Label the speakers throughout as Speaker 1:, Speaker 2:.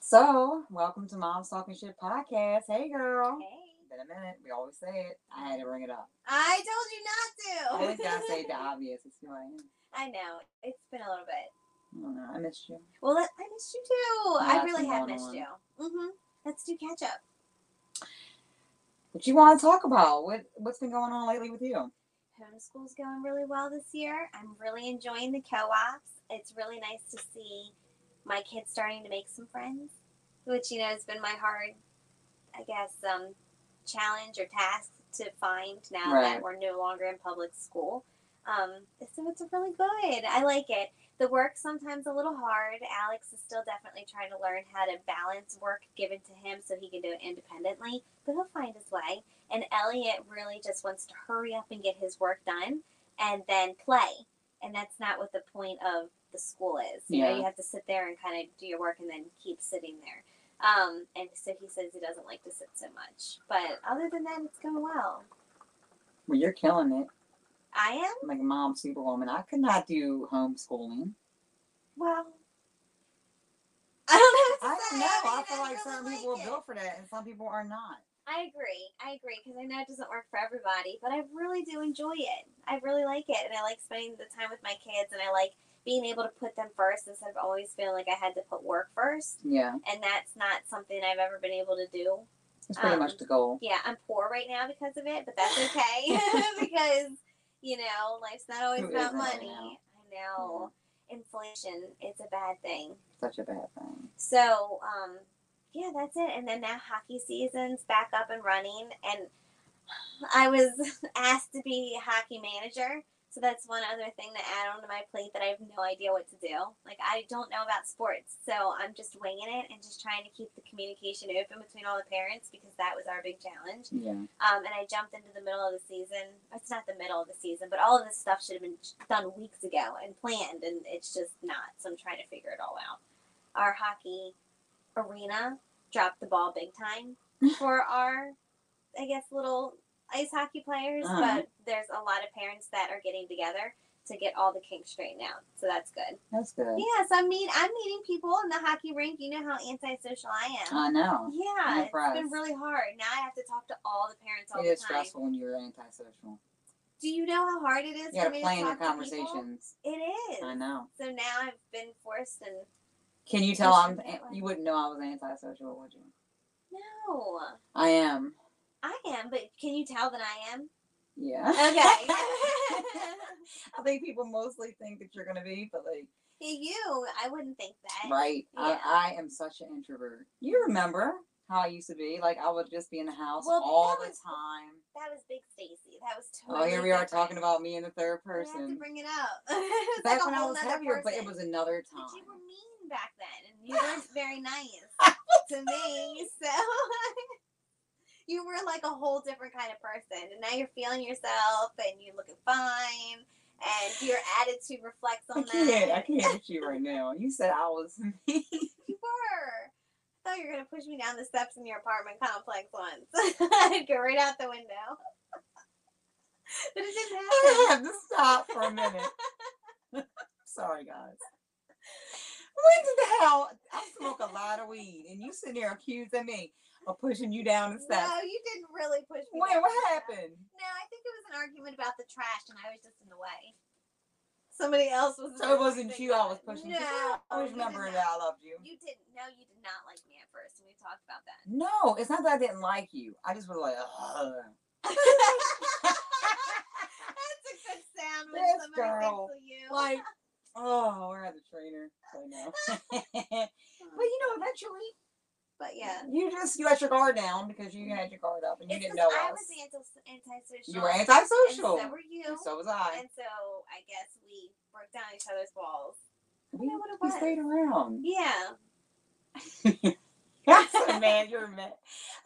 Speaker 1: So, welcome to Mom's Talking Shit podcast. Hey, girl.
Speaker 2: Hey.
Speaker 1: Been a minute. We always say it. I had to bring it up.
Speaker 2: I told you
Speaker 1: Always
Speaker 2: not to.
Speaker 1: gotta say the obvious. It's who I am.
Speaker 2: I know. It's been a little bit.
Speaker 1: I don't know. I missed you.
Speaker 2: Well, I I missed you too.
Speaker 1: Yeah,
Speaker 2: I
Speaker 1: it's
Speaker 2: really
Speaker 1: been
Speaker 2: have
Speaker 1: going
Speaker 2: missed
Speaker 1: on.
Speaker 2: you. Mm-hmm. Let's do catch up.
Speaker 1: What you want to talk about? What What's been going on lately with you?
Speaker 2: Homeschool's going really well this year. I'm really enjoying the co-ops. It's really nice to see my kids starting to make some friends, which you know has been my hard, I guess, um, challenge or task to find now
Speaker 1: Right.
Speaker 2: that we're no longer in public school. Um, so it's really good. I like it. The work sometimes a little hard. Alex is still definitely trying to learn how to balance work given to him so he can do it independently, but he'll find his way. And Elliot really just wants to hurry up and get his work done and then play. And that's not what the point of the school is. You
Speaker 1: Yeah.
Speaker 2: know, you have to sit there and kind of do your work and then keep sitting there. Um, and so he says he doesn't like to sit so much. But other than that, it's going well.
Speaker 1: Well, you're killing it.
Speaker 2: I am,
Speaker 1: I'm like a mom superwoman. I could not do homeschooling.
Speaker 2: well, I don't know.
Speaker 1: I
Speaker 2: what to
Speaker 1: don't
Speaker 2: say.
Speaker 1: know. I
Speaker 2: mean,
Speaker 1: feel like
Speaker 2: really
Speaker 1: some people are
Speaker 2: it.
Speaker 1: built for that and some people are not.
Speaker 2: I agree. I agree because I know it doesn't work for everybody, but I really do enjoy it. I really like it, and I like spending the time with my kids, and I like being able to put them first instead of always feeling like I had to put work first.
Speaker 1: Yeah,
Speaker 2: And that's not something I've ever been able to do.
Speaker 1: it's pretty
Speaker 2: Um,
Speaker 1: much the goal.
Speaker 2: Yeah, I'm poor right now because of it, but that's okay because you know life's not always
Speaker 1: Who
Speaker 2: about
Speaker 1: isn't right
Speaker 2: money.
Speaker 1: now?
Speaker 2: I know Mm-hmm. inflation; it's a bad thing.
Speaker 1: Such a bad thing.
Speaker 2: So, um, yeah, that's it. And then now hockey season's back up and running. And I was asked to be hockey manager. So that's one other thing to add onto my plate that I have no idea what to do. Like, I don't know about sports. So I'm just winging it and just trying to keep the communication open between all the parents because that was our big challenge.
Speaker 1: Yeah.
Speaker 2: Um, and I jumped into the middle of the season. It's not the middle of the season, but all of this stuff should have been done weeks ago and planned, and it's just not. So I'm trying to figure it all out. Our hockey arena dropped the ball big time for our, I guess, little ice hockey players,
Speaker 1: Uh-huh.
Speaker 2: but there's a lot of parents that are getting together to get all the kinks straightened out. So that's good.
Speaker 1: That's good.
Speaker 2: Yeah, so I'm, meet, I'm meeting people in the hockey rink. You know how antisocial I am.
Speaker 1: I know. I'm
Speaker 2: Yeah, it's been
Speaker 1: impressed.
Speaker 2: really hard. Now I have to talk to all the parents all
Speaker 1: It
Speaker 2: the
Speaker 1: is
Speaker 2: time.
Speaker 1: stressful when you're antisocial.
Speaker 2: Do you know how hard it is
Speaker 1: You
Speaker 2: for
Speaker 1: gotta
Speaker 2: me
Speaker 1: plan
Speaker 2: to
Speaker 1: your
Speaker 2: talk To people?
Speaker 1: conversations.
Speaker 2: It is.
Speaker 1: I know.
Speaker 2: So now I've been forced and
Speaker 1: Can you tell I'm?
Speaker 2: should be that way.
Speaker 1: You wouldn't know I was antisocial, would you?
Speaker 2: no,
Speaker 1: I am.
Speaker 2: I am. But can you tell that I am?
Speaker 1: Yeah.
Speaker 2: Okay.
Speaker 1: I think people mostly think that you're gonna be, but like,
Speaker 2: you, I wouldn't think that.
Speaker 1: right?
Speaker 2: Yeah.
Speaker 1: I, I am such an introvert. You remember how I used to be? Like, I would just be in the house
Speaker 2: Well,
Speaker 1: all
Speaker 2: that
Speaker 1: the
Speaker 2: was-
Speaker 1: time.
Speaker 2: That was Big Stacy. That was
Speaker 1: Oh,
Speaker 2: totally.
Speaker 1: here we are
Speaker 2: different.
Speaker 1: talking about me in the third
Speaker 2: I have to
Speaker 1: person.
Speaker 2: bring it up. It's
Speaker 1: Back
Speaker 2: like a
Speaker 1: when I
Speaker 2: whole
Speaker 1: was
Speaker 2: nother
Speaker 1: heavier, but it
Speaker 2: person.
Speaker 1: was another
Speaker 2: But you
Speaker 1: time.
Speaker 2: were mean back then, and you weren't very nice to me. So you were like a whole different kind of person, and now you're feeling yourself, and you're looking fine, and your attitude reflects
Speaker 1: I
Speaker 2: on
Speaker 1: can't. I
Speaker 2: that.
Speaker 1: can't with you right now. You said I was me.
Speaker 2: You were. I thought you were gonna push me down the steps in your apartment complex once. I'd go right out the window. But it didn't
Speaker 1: I
Speaker 2: happen.
Speaker 1: have to stop for a minute. Sorry, guys. When did the hell? I smoke a lot of weed, and you sitting there accusing me of pushing you down the steps.
Speaker 2: No, you didn't really push me.
Speaker 1: Wait,
Speaker 2: down
Speaker 1: what
Speaker 2: the steps.
Speaker 1: happened?
Speaker 2: No, I think it was an argument about the trash, and I was just in the way. Somebody else was.
Speaker 1: So it wasn't you I was pushing. 'cause
Speaker 2: No,
Speaker 1: I always
Speaker 2: you did
Speaker 1: remember
Speaker 2: not.
Speaker 1: that I loved you.
Speaker 2: You didn't. No, you did not like me at first, and we talked about that.
Speaker 1: No, it's not that I didn't like you. I just was like, Ugh.
Speaker 2: That's a good sound when
Speaker 1: This
Speaker 2: somebody
Speaker 1: girl,
Speaker 2: thinks of you.
Speaker 1: like, oh, we're at the trainer. So no. but you know, eventually,
Speaker 2: but yeah,
Speaker 1: you just you let your guard down because you had your guard up and you
Speaker 2: it's
Speaker 1: didn't know
Speaker 2: because I
Speaker 1: us.
Speaker 2: was anti- antisocial.
Speaker 1: You were
Speaker 2: and
Speaker 1: antisocial.
Speaker 2: So were you.
Speaker 1: And so was I.
Speaker 2: and so I guess we broke down each other's walls.
Speaker 1: We,
Speaker 2: know what it
Speaker 1: we
Speaker 2: was.
Speaker 1: stayed around.
Speaker 2: Yeah.
Speaker 1: I'm so mad. You're mad.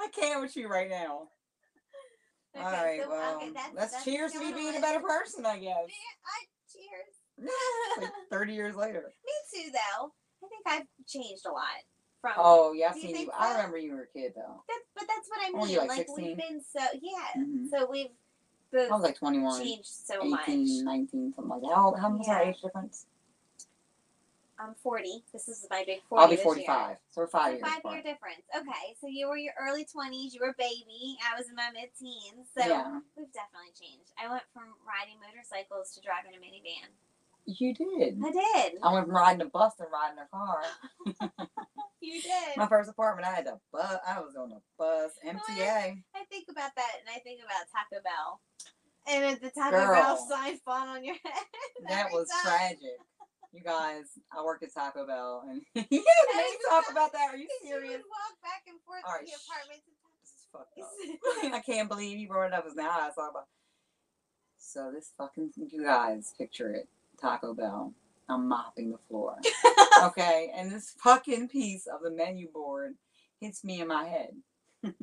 Speaker 1: I can't with you right now.
Speaker 2: Okay,
Speaker 1: All right.
Speaker 2: so,
Speaker 1: well,
Speaker 2: okay, that's,
Speaker 1: let's
Speaker 2: that's
Speaker 1: cheers to me
Speaker 2: going
Speaker 1: being a
Speaker 2: on.
Speaker 1: better person, I guess.
Speaker 2: Yeah, I cheers.
Speaker 1: Like 30 years later.
Speaker 2: Me too, though. I think I've changed a lot from.
Speaker 1: Oh, yeah. I've
Speaker 2: Do you
Speaker 1: seen you.
Speaker 2: think
Speaker 1: I
Speaker 2: so?
Speaker 1: remember you were a kid, though.
Speaker 2: That, but that's what I
Speaker 1: What were
Speaker 2: mean.
Speaker 1: you, like,
Speaker 2: like
Speaker 1: 16?
Speaker 2: we've been so yeah.
Speaker 1: Mhm.
Speaker 2: So we've
Speaker 1: I was
Speaker 2: both
Speaker 1: like 21,
Speaker 2: changed so
Speaker 1: 18,
Speaker 2: much.
Speaker 1: 19, something like that. How, how much was our
Speaker 2: Yeah.
Speaker 1: age difference?
Speaker 2: I'm 40. This is my big 40.
Speaker 1: I'll be
Speaker 2: this year.
Speaker 1: 45. So we're five years
Speaker 2: Five year
Speaker 1: apart.
Speaker 2: difference. Okay, so you were your early 20s. You were a baby. I was in my mid teens. So
Speaker 1: Yeah.
Speaker 2: we've definitely changed. I went from riding motorcycles to driving a minivan.
Speaker 1: You did.
Speaker 2: I did.
Speaker 1: I went from riding a bus to riding a car.
Speaker 2: You did.
Speaker 1: My first apartment, I had a bus. I was on a bus, MTA.
Speaker 2: I think about that and I think about Taco Bell. And the Taco
Speaker 1: Girl.
Speaker 2: Bell sign falling on your head.
Speaker 1: That
Speaker 2: every
Speaker 1: was
Speaker 2: time.
Speaker 1: tragic. You guys, I worked at Taco Bell, and yeah, did you talk about that? Are you
Speaker 2: Because you
Speaker 1: serious? Oh.
Speaker 2: would walk back and forth
Speaker 1: All
Speaker 2: to
Speaker 1: right,
Speaker 2: the
Speaker 1: shh.
Speaker 2: apartment to
Speaker 1: This is fucked up. I can't believe you brought it up because now I saw about. So this fucking you guys picture it, Taco Bell. I'm mopping the floor, okay, and this fucking piece of the menu board hits me in my head.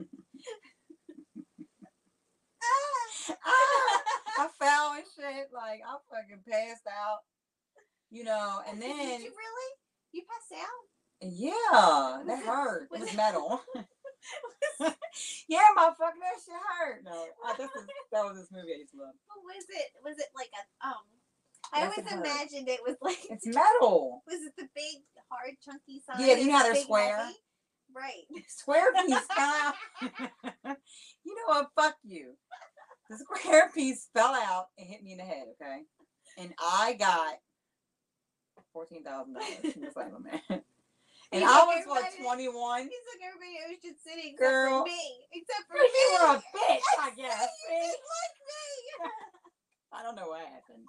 Speaker 1: Ah, I fell and shit, like I fucking passed out, you know. And then
Speaker 2: Did you really? You passed out?
Speaker 1: yeah,
Speaker 2: Was
Speaker 1: that
Speaker 2: it-
Speaker 1: hurt. It
Speaker 2: was
Speaker 1: was
Speaker 2: it-
Speaker 1: metal. yeah, motherfucker, that shit hurt. No, I, this is, that was this movie I used to love.
Speaker 2: What was it? Was it like a um? I
Speaker 1: Yes,
Speaker 2: always
Speaker 1: it hurt.
Speaker 2: imagined it was like.
Speaker 1: It's metal.
Speaker 2: Was it the big hard chunky sign?
Speaker 1: Yeah, you know how
Speaker 2: that's
Speaker 1: they're
Speaker 2: big,
Speaker 1: square?
Speaker 2: heavy? Right.
Speaker 1: Square piece fell out. you know what? Fuck you. The square piece fell out and hit me in the head, okay? And I got fourteen thousand dollars in the settlement. And
Speaker 2: He's
Speaker 1: I
Speaker 2: like,
Speaker 1: was what
Speaker 2: "Everybody-
Speaker 1: twenty one?
Speaker 2: He's like everybody else should sit except
Speaker 1: Girl.
Speaker 2: for me. Except for me.
Speaker 1: You were a bitch, I guess.
Speaker 2: You
Speaker 1: see?
Speaker 2: didn't like me.
Speaker 1: I don't know what happened.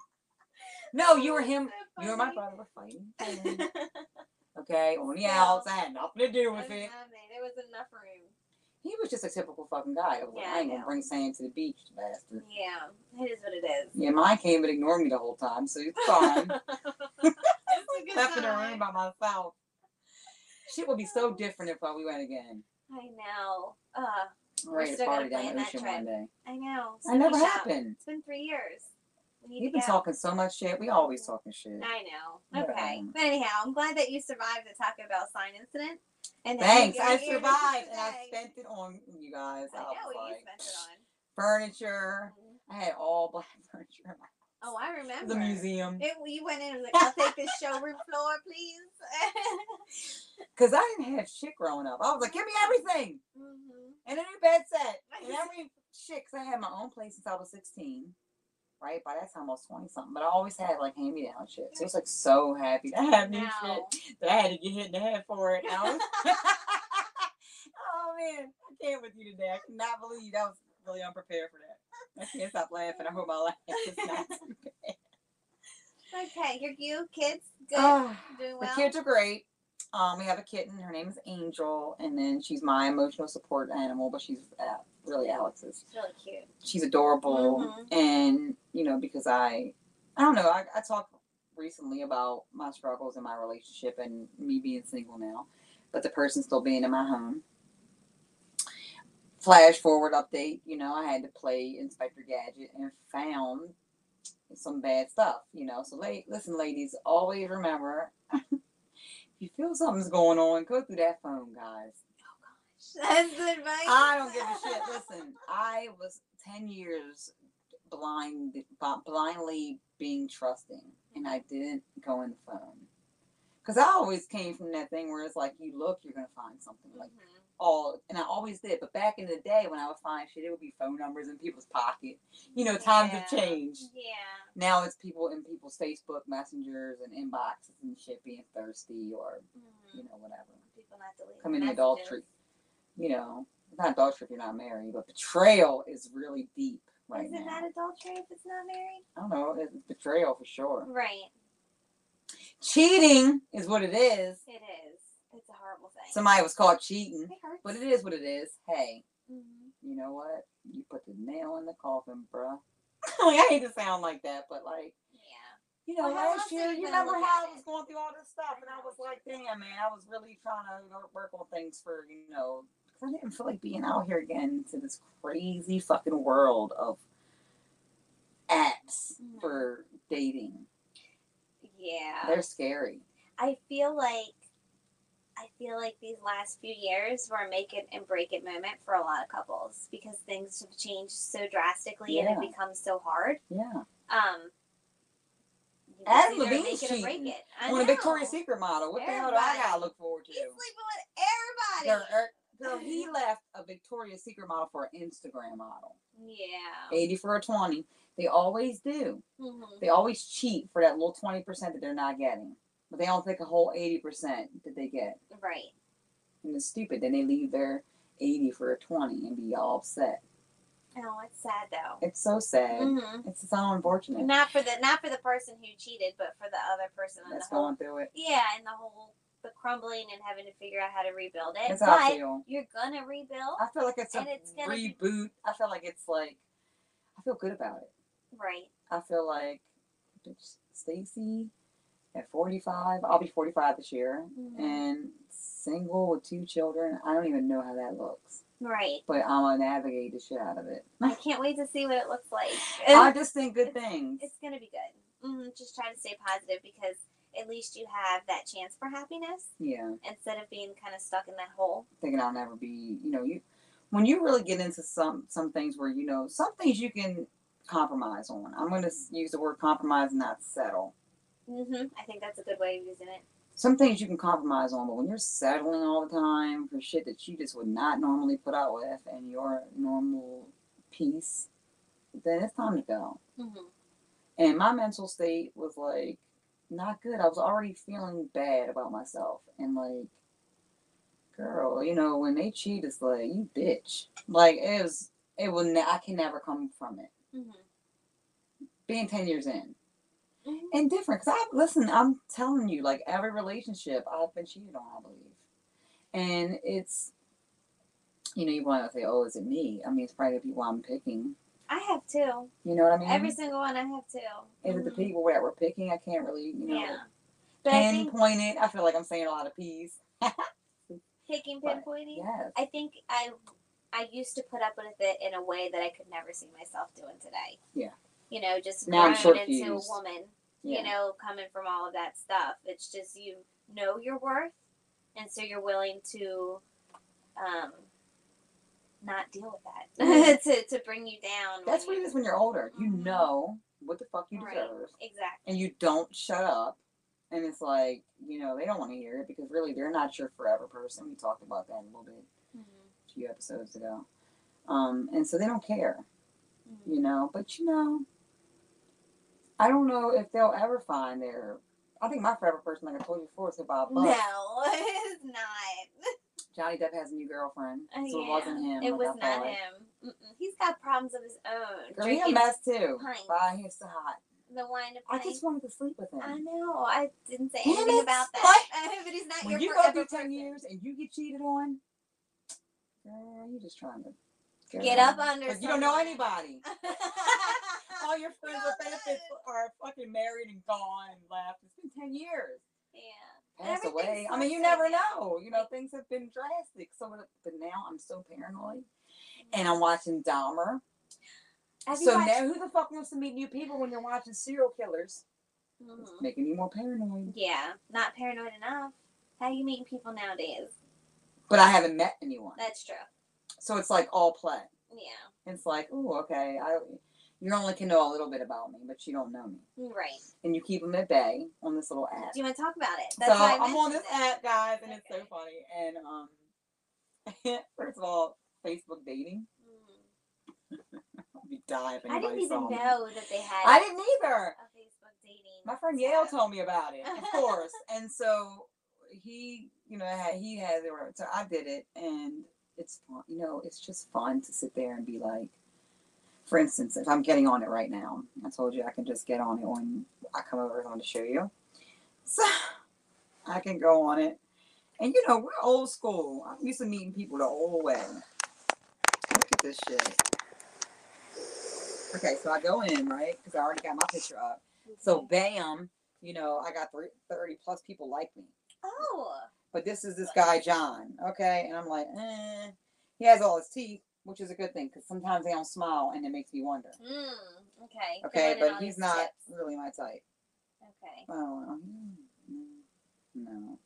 Speaker 1: No, Oh, you were him.
Speaker 2: So
Speaker 1: You were my
Speaker 2: funny.
Speaker 1: brother. We're fighting. fighting. Okay, on the outs. I had nothing to do with it.
Speaker 2: I mean, there was enough room.
Speaker 1: He was just a typical fucking guy. I, was like,
Speaker 2: Yeah,
Speaker 1: I
Speaker 2: I
Speaker 1: ain't gonna
Speaker 2: know.
Speaker 1: bring sand to the beach, bastard.
Speaker 2: Yeah, it is what it is.
Speaker 1: Yeah, mine came but ignored me the whole time, so it's fine.
Speaker 2: It's a good
Speaker 1: Left in the
Speaker 2: time.
Speaker 1: room by myself. Shit would be
Speaker 2: Oh.
Speaker 1: so different if uh, we went again.
Speaker 2: I know. Uh,
Speaker 1: I'm
Speaker 2: We're
Speaker 1: ready to
Speaker 2: still gonna
Speaker 1: party down
Speaker 2: plan
Speaker 1: the
Speaker 2: that
Speaker 1: ocean
Speaker 2: trip.
Speaker 1: one day.
Speaker 2: I know.
Speaker 1: That never
Speaker 2: Sneaky shop.
Speaker 1: happened.
Speaker 2: It's been three years. We need
Speaker 1: You've
Speaker 2: to
Speaker 1: been
Speaker 2: go.
Speaker 1: talking so much shit. We always talking shit.
Speaker 2: I know.
Speaker 1: Whatever.
Speaker 2: Okay. But anyhow, I'm glad that you survived the Taco Bell sign incident. And that
Speaker 1: Thanks.
Speaker 2: you're
Speaker 1: I
Speaker 2: here to
Speaker 1: survived and I
Speaker 2: today.
Speaker 1: spent it on you guys.
Speaker 2: I
Speaker 1: I
Speaker 2: know
Speaker 1: was
Speaker 2: what you
Speaker 1: like,
Speaker 2: spent it
Speaker 1: furniture.
Speaker 2: on.
Speaker 1: I had all black furniture in my
Speaker 2: Oh, I remember.
Speaker 1: the museum.
Speaker 2: It, you went in and was like, I'll take this showroom floor, please.
Speaker 1: Because I didn't have shit growing up. I was like, give me everything.
Speaker 2: Mhm.
Speaker 1: and a new bed set and every shit. Cause I had my own place since I was sixteen, right? By that time I was twenty something, but I always had like hand me down shit. So I was like so happy to have new shit
Speaker 2: Now,
Speaker 1: that I had to get hit in the head for it. And I was, oh man, I can't with you today. I cannot believe I was really unprepared for that. I can't stop laughing. I hope my laugh is not. too bad.
Speaker 2: Okay, your you kids good,
Speaker 1: Ah,
Speaker 2: doing
Speaker 1: the
Speaker 2: well.
Speaker 1: kids are great. Um, we have a kitten. Her name is Angel, and then she's my emotional support animal, but she's uh, really Alex's.
Speaker 2: It's really cute.
Speaker 1: she's adorable
Speaker 2: Mhm.
Speaker 1: and you know because i i don't know I, I talked recently about my struggles in my relationship and me being single now but the person still being in my home flash forward update you know i had to play inspector gadget and found some bad stuff you know so la- listen ladies always remember if you feel something's going on go through that phone guys
Speaker 2: That's the advice.
Speaker 1: I don't give a shit. Listen, I was ten years blind, bi- blindly being trusting, and I didn't go in the phone because I always came from that thing where it's like you look, you're gonna find something like
Speaker 2: Mhm.
Speaker 1: all, and I always did. But back in the day, when I would find shit, it would be phone numbers in people's pocket. You know, times have
Speaker 2: Yeah.
Speaker 1: changed.
Speaker 2: Yeah.
Speaker 1: Now it's people in people's Facebook messengers and inboxes and shit being thirsty or
Speaker 2: Mhm.
Speaker 1: you know whatever
Speaker 2: People not deleting
Speaker 1: come in
Speaker 2: messages.
Speaker 1: adultery. You know, it's not adultery if you're not married, but betrayal is really deep right
Speaker 2: Is
Speaker 1: now.
Speaker 2: it not adultery if it's not married?
Speaker 1: I don't know, it's betrayal for sure.
Speaker 2: Right.
Speaker 1: Cheating is what it is.
Speaker 2: It is. It's a horrible thing.
Speaker 1: Somebody was caught cheating,
Speaker 2: it hurts.
Speaker 1: but it is what it is. Hey,
Speaker 2: Mhm.
Speaker 1: you know what? You put the nail in the coffin, bruh. like, I hate to sound like that, but like,
Speaker 2: Yeah.
Speaker 1: you know,
Speaker 2: Well, how
Speaker 1: last
Speaker 2: else are
Speaker 1: year,
Speaker 2: you
Speaker 1: you
Speaker 2: gonna
Speaker 1: remember
Speaker 2: look
Speaker 1: how
Speaker 2: at
Speaker 1: I was
Speaker 2: it?
Speaker 1: going through all this stuff, and I was like, damn, man, I was really trying to wor- work on things for, you know, 'cause I didn't feel like being out here again to this crazy fucking world of apps
Speaker 2: Mhm.
Speaker 1: for dating.
Speaker 2: Yeah.
Speaker 1: They're scary.
Speaker 2: I feel like I feel like these last few years were a make it and break it moment for a lot of couples because things have changed so drastically and
Speaker 1: Yeah.
Speaker 2: it becomes so hard.
Speaker 1: Yeah.
Speaker 2: Um, You can
Speaker 1: Adam
Speaker 2: either
Speaker 1: Levine's
Speaker 2: make it or break
Speaker 1: cheating
Speaker 2: it. I
Speaker 1: Want a
Speaker 2: know.
Speaker 1: Victoria's Secret model. What the hell do I gotta
Speaker 2: Everybody.
Speaker 1: look forward to?
Speaker 2: He's sleeping with
Speaker 1: Girl,
Speaker 2: everybody.
Speaker 1: er, girl, he left a Victoria's Secret model for an Instagram model.
Speaker 2: Yeah.
Speaker 1: 80 for a 20. They always do.
Speaker 2: Mhm.
Speaker 1: They always cheat for that little 20% that they're not getting. But they don't take a whole 80% that they get.
Speaker 2: Right.
Speaker 1: And it's stupid. Then they leave their 80 for a 20 and be all upset.
Speaker 2: Oh, it's sad though.
Speaker 1: It's so sad.
Speaker 2: hmm
Speaker 1: It's so unfortunate.
Speaker 2: Not for the not for the person who cheated, but for the other person on
Speaker 1: That's
Speaker 2: the whole.
Speaker 1: going through it.
Speaker 2: Yeah, and the whole the crumbling and having to figure out how to rebuild it.
Speaker 1: That's Uh, how I
Speaker 2: but
Speaker 1: feel.
Speaker 2: you're gonna rebuild,
Speaker 1: I feel like it's a
Speaker 2: and it's gonna be-
Speaker 1: reboot. I feel like it's like, I feel good about it.
Speaker 2: right?
Speaker 1: I feel like bitch, Stacy at 45, I'll be 45 this year,
Speaker 2: Mhm.
Speaker 1: and single with two children. I don't even know how that looks,
Speaker 2: Mm-hmm. Right.
Speaker 1: but I'm gonna navigate the shit out of it.
Speaker 2: I can't wait to see what it looks like.
Speaker 1: I just think good things.
Speaker 2: It's gonna be good. hmm Just try to stay positive because at least you have that chance for happiness
Speaker 1: Yeah,
Speaker 2: instead of being kind of stuck in that hole.
Speaker 1: thinking I'll never be, you know, you when you really get into some some things where you know some things you can compromise on. I'm gonna s- use the word compromise, not settle.
Speaker 2: hmm I think that's a good way of using it.
Speaker 1: some things you can compromise on, but when you're settling all the time for shit that you just would not normally put out with and your normal peace, then it's time to go.
Speaker 2: hmm
Speaker 1: And my mental state was like not good. I was already feeling bad about myself and like girl, you know, when they cheat it's like you bitch. Like it was it will ne- I can never come from it.
Speaker 2: hmm
Speaker 1: Being 10 years in. and different. Cause I listen, I'm telling you, like every relationship I've been cheated on, I believe, and it's, you know, you want to say, oh, is it me? I mean, it's probably the people I'm picking.
Speaker 2: I have two.
Speaker 1: You know what I mean?
Speaker 2: Every single one I have two.
Speaker 1: Mm-hmm. is it the people that we're picking? I can't really, you know,
Speaker 2: Yeah. But I think
Speaker 1: pinpoint it. I feel like I'm saying a lot of P's.
Speaker 2: picking
Speaker 1: but-
Speaker 2: pinpointing,
Speaker 1: Yes.
Speaker 2: I think I I used to put up with it in a way that I could never see myself doing today.
Speaker 1: Yeah.
Speaker 2: You know, just
Speaker 1: Now I'm
Speaker 2: grown into a
Speaker 1: short-fused.
Speaker 2: woman.
Speaker 1: Yeah.
Speaker 2: You know, coming from all of that stuff, it's just you know your worth, and so you're willing to um, not deal with that to to bring you down. when
Speaker 1: That's what
Speaker 2: you-
Speaker 1: it is when you're older. You
Speaker 2: Mhm.
Speaker 1: know what the fuck you
Speaker 2: Right.
Speaker 1: deserve,
Speaker 2: exactly.
Speaker 1: and you don't shut up. And it's like, you know, they don't want to hear it because really they're not your forever person. We talked about that a little bit.
Speaker 2: Mhm.
Speaker 1: few episodes ago. Um, and so they don't care,
Speaker 2: Mhm.
Speaker 1: you know. But you know, I don't know if they'll ever find their. I think my favorite person, like I told you before, is Bob Buck.
Speaker 2: No, it's not.
Speaker 1: Johnny Depp has a new girlfriend, so
Speaker 2: Uh,
Speaker 1: it wasn't him.
Speaker 2: It
Speaker 1: like
Speaker 2: was
Speaker 1: I
Speaker 2: not
Speaker 1: thought.
Speaker 2: him. Mm-mm. He's got problems of his own.
Speaker 1: Girl, he a
Speaker 2: Drinking
Speaker 1: mess too.
Speaker 2: pints.
Speaker 1: Bye, he's so hot.
Speaker 2: the wine of
Speaker 1: I
Speaker 2: pints.
Speaker 1: just wanted to sleep with him.
Speaker 2: I know. I didn't say
Speaker 1: Damn
Speaker 2: anything
Speaker 1: it,
Speaker 2: about that.
Speaker 1: what?
Speaker 2: but he's not
Speaker 1: when
Speaker 2: your
Speaker 1: you go
Speaker 2: forever
Speaker 1: through
Speaker 2: person.
Speaker 1: ten years and you get cheated on, girl, you just trying to
Speaker 2: Get
Speaker 1: girl.
Speaker 2: up under.
Speaker 1: Like, you don't know
Speaker 2: someone.
Speaker 1: anybody. All your friends
Speaker 2: Well
Speaker 1: are benefit
Speaker 2: done.
Speaker 1: are fucking married and gone and left. It's been ten years.
Speaker 2: yeah.
Speaker 1: Passed away.
Speaker 2: Everything
Speaker 1: I mean, you
Speaker 2: sucks
Speaker 1: never
Speaker 2: right now.
Speaker 1: know. You know,
Speaker 2: Like-
Speaker 1: things have been drastic. So, it- but now I'm so paranoid, and I'm watching Dahmer.
Speaker 2: Have you
Speaker 1: so
Speaker 2: watched-
Speaker 1: now, who the fuck wants to meet new people when you're watching serial killers? It's
Speaker 2: Mhm.
Speaker 1: making me more paranoid.
Speaker 2: Yeah, not paranoid enough. How you meeting people nowadays?
Speaker 1: But I haven't met anyone,
Speaker 2: That's true.
Speaker 1: so it's like all play.
Speaker 2: Yeah.
Speaker 1: It's like, oh, okay, I. You only can know a little bit about me, but you don't know me,
Speaker 2: Right.
Speaker 1: and you keep them at bay on this little app.
Speaker 2: Do you want to talk about it?
Speaker 1: so
Speaker 2: why I
Speaker 1: I'm on
Speaker 2: mentioned
Speaker 1: this
Speaker 2: it.
Speaker 1: app, guys, and it's so
Speaker 2: Okay.
Speaker 1: funny. And um, first of all, Facebook dating.
Speaker 2: Mhm.
Speaker 1: I'd be dying if
Speaker 2: I didn't
Speaker 1: anybody
Speaker 2: even
Speaker 1: saw me.
Speaker 2: know that they had
Speaker 1: I didn't either.
Speaker 2: a Facebook dating.
Speaker 1: My friend Yale
Speaker 2: app.
Speaker 1: told me about it, of course. and so he, you know, had- he has it. right. So I did it, and it's fun. You know, it's just fun to sit there and be like, for instance, if I'm getting on it right now, I told you I can just get on it when I come over. I'm going to show you. So I can go on it. And you know, we're old school. I'm used to meeting people the old way. Look at this shit. Okay, so I go in, right? Because I already got my picture up. So bam, you know, I got thir- 30 plus people like me.
Speaker 2: Oh.
Speaker 1: But this is this guy, John. Okay. And I'm like, eh. He has all his teeth, which is a good thing because sometimes they don't smile and it makes me wonder.
Speaker 2: Mm, okay. Good
Speaker 1: Okay.
Speaker 2: learning all
Speaker 1: But
Speaker 2: these
Speaker 1: he's not
Speaker 2: tips.
Speaker 1: really my type. Oh,
Speaker 2: Okay.
Speaker 1: I don't know. Mm, No.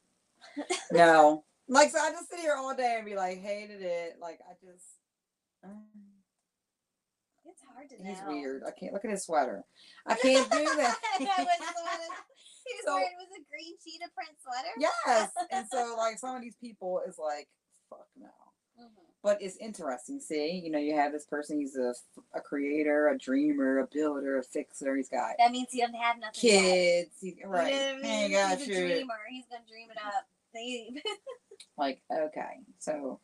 Speaker 1: No. Like, so I just sit here all day and be like, hated it. Like, I just. mm.
Speaker 2: It's hard to know.
Speaker 1: He's weird. I can't look at his sweater. I can't do
Speaker 2: That was the one
Speaker 1: that.
Speaker 2: that- He was
Speaker 1: So-
Speaker 2: wearing was a green sheet of print sweater.
Speaker 1: yes. And so like some of these people is like, fuck no.
Speaker 2: Mhm.
Speaker 1: But it's interesting. See, you know, you have this person. He's a, a creator, a dreamer, a builder, a fixer. He's got
Speaker 2: That means he doesn't have nothing. yet.
Speaker 1: kids. He,
Speaker 2: You know
Speaker 1: right.
Speaker 2: what I mean?
Speaker 1: He ain't got
Speaker 2: He's a
Speaker 1: shit.
Speaker 2: dreamer. He's gonna dream it up. They-
Speaker 1: like okay so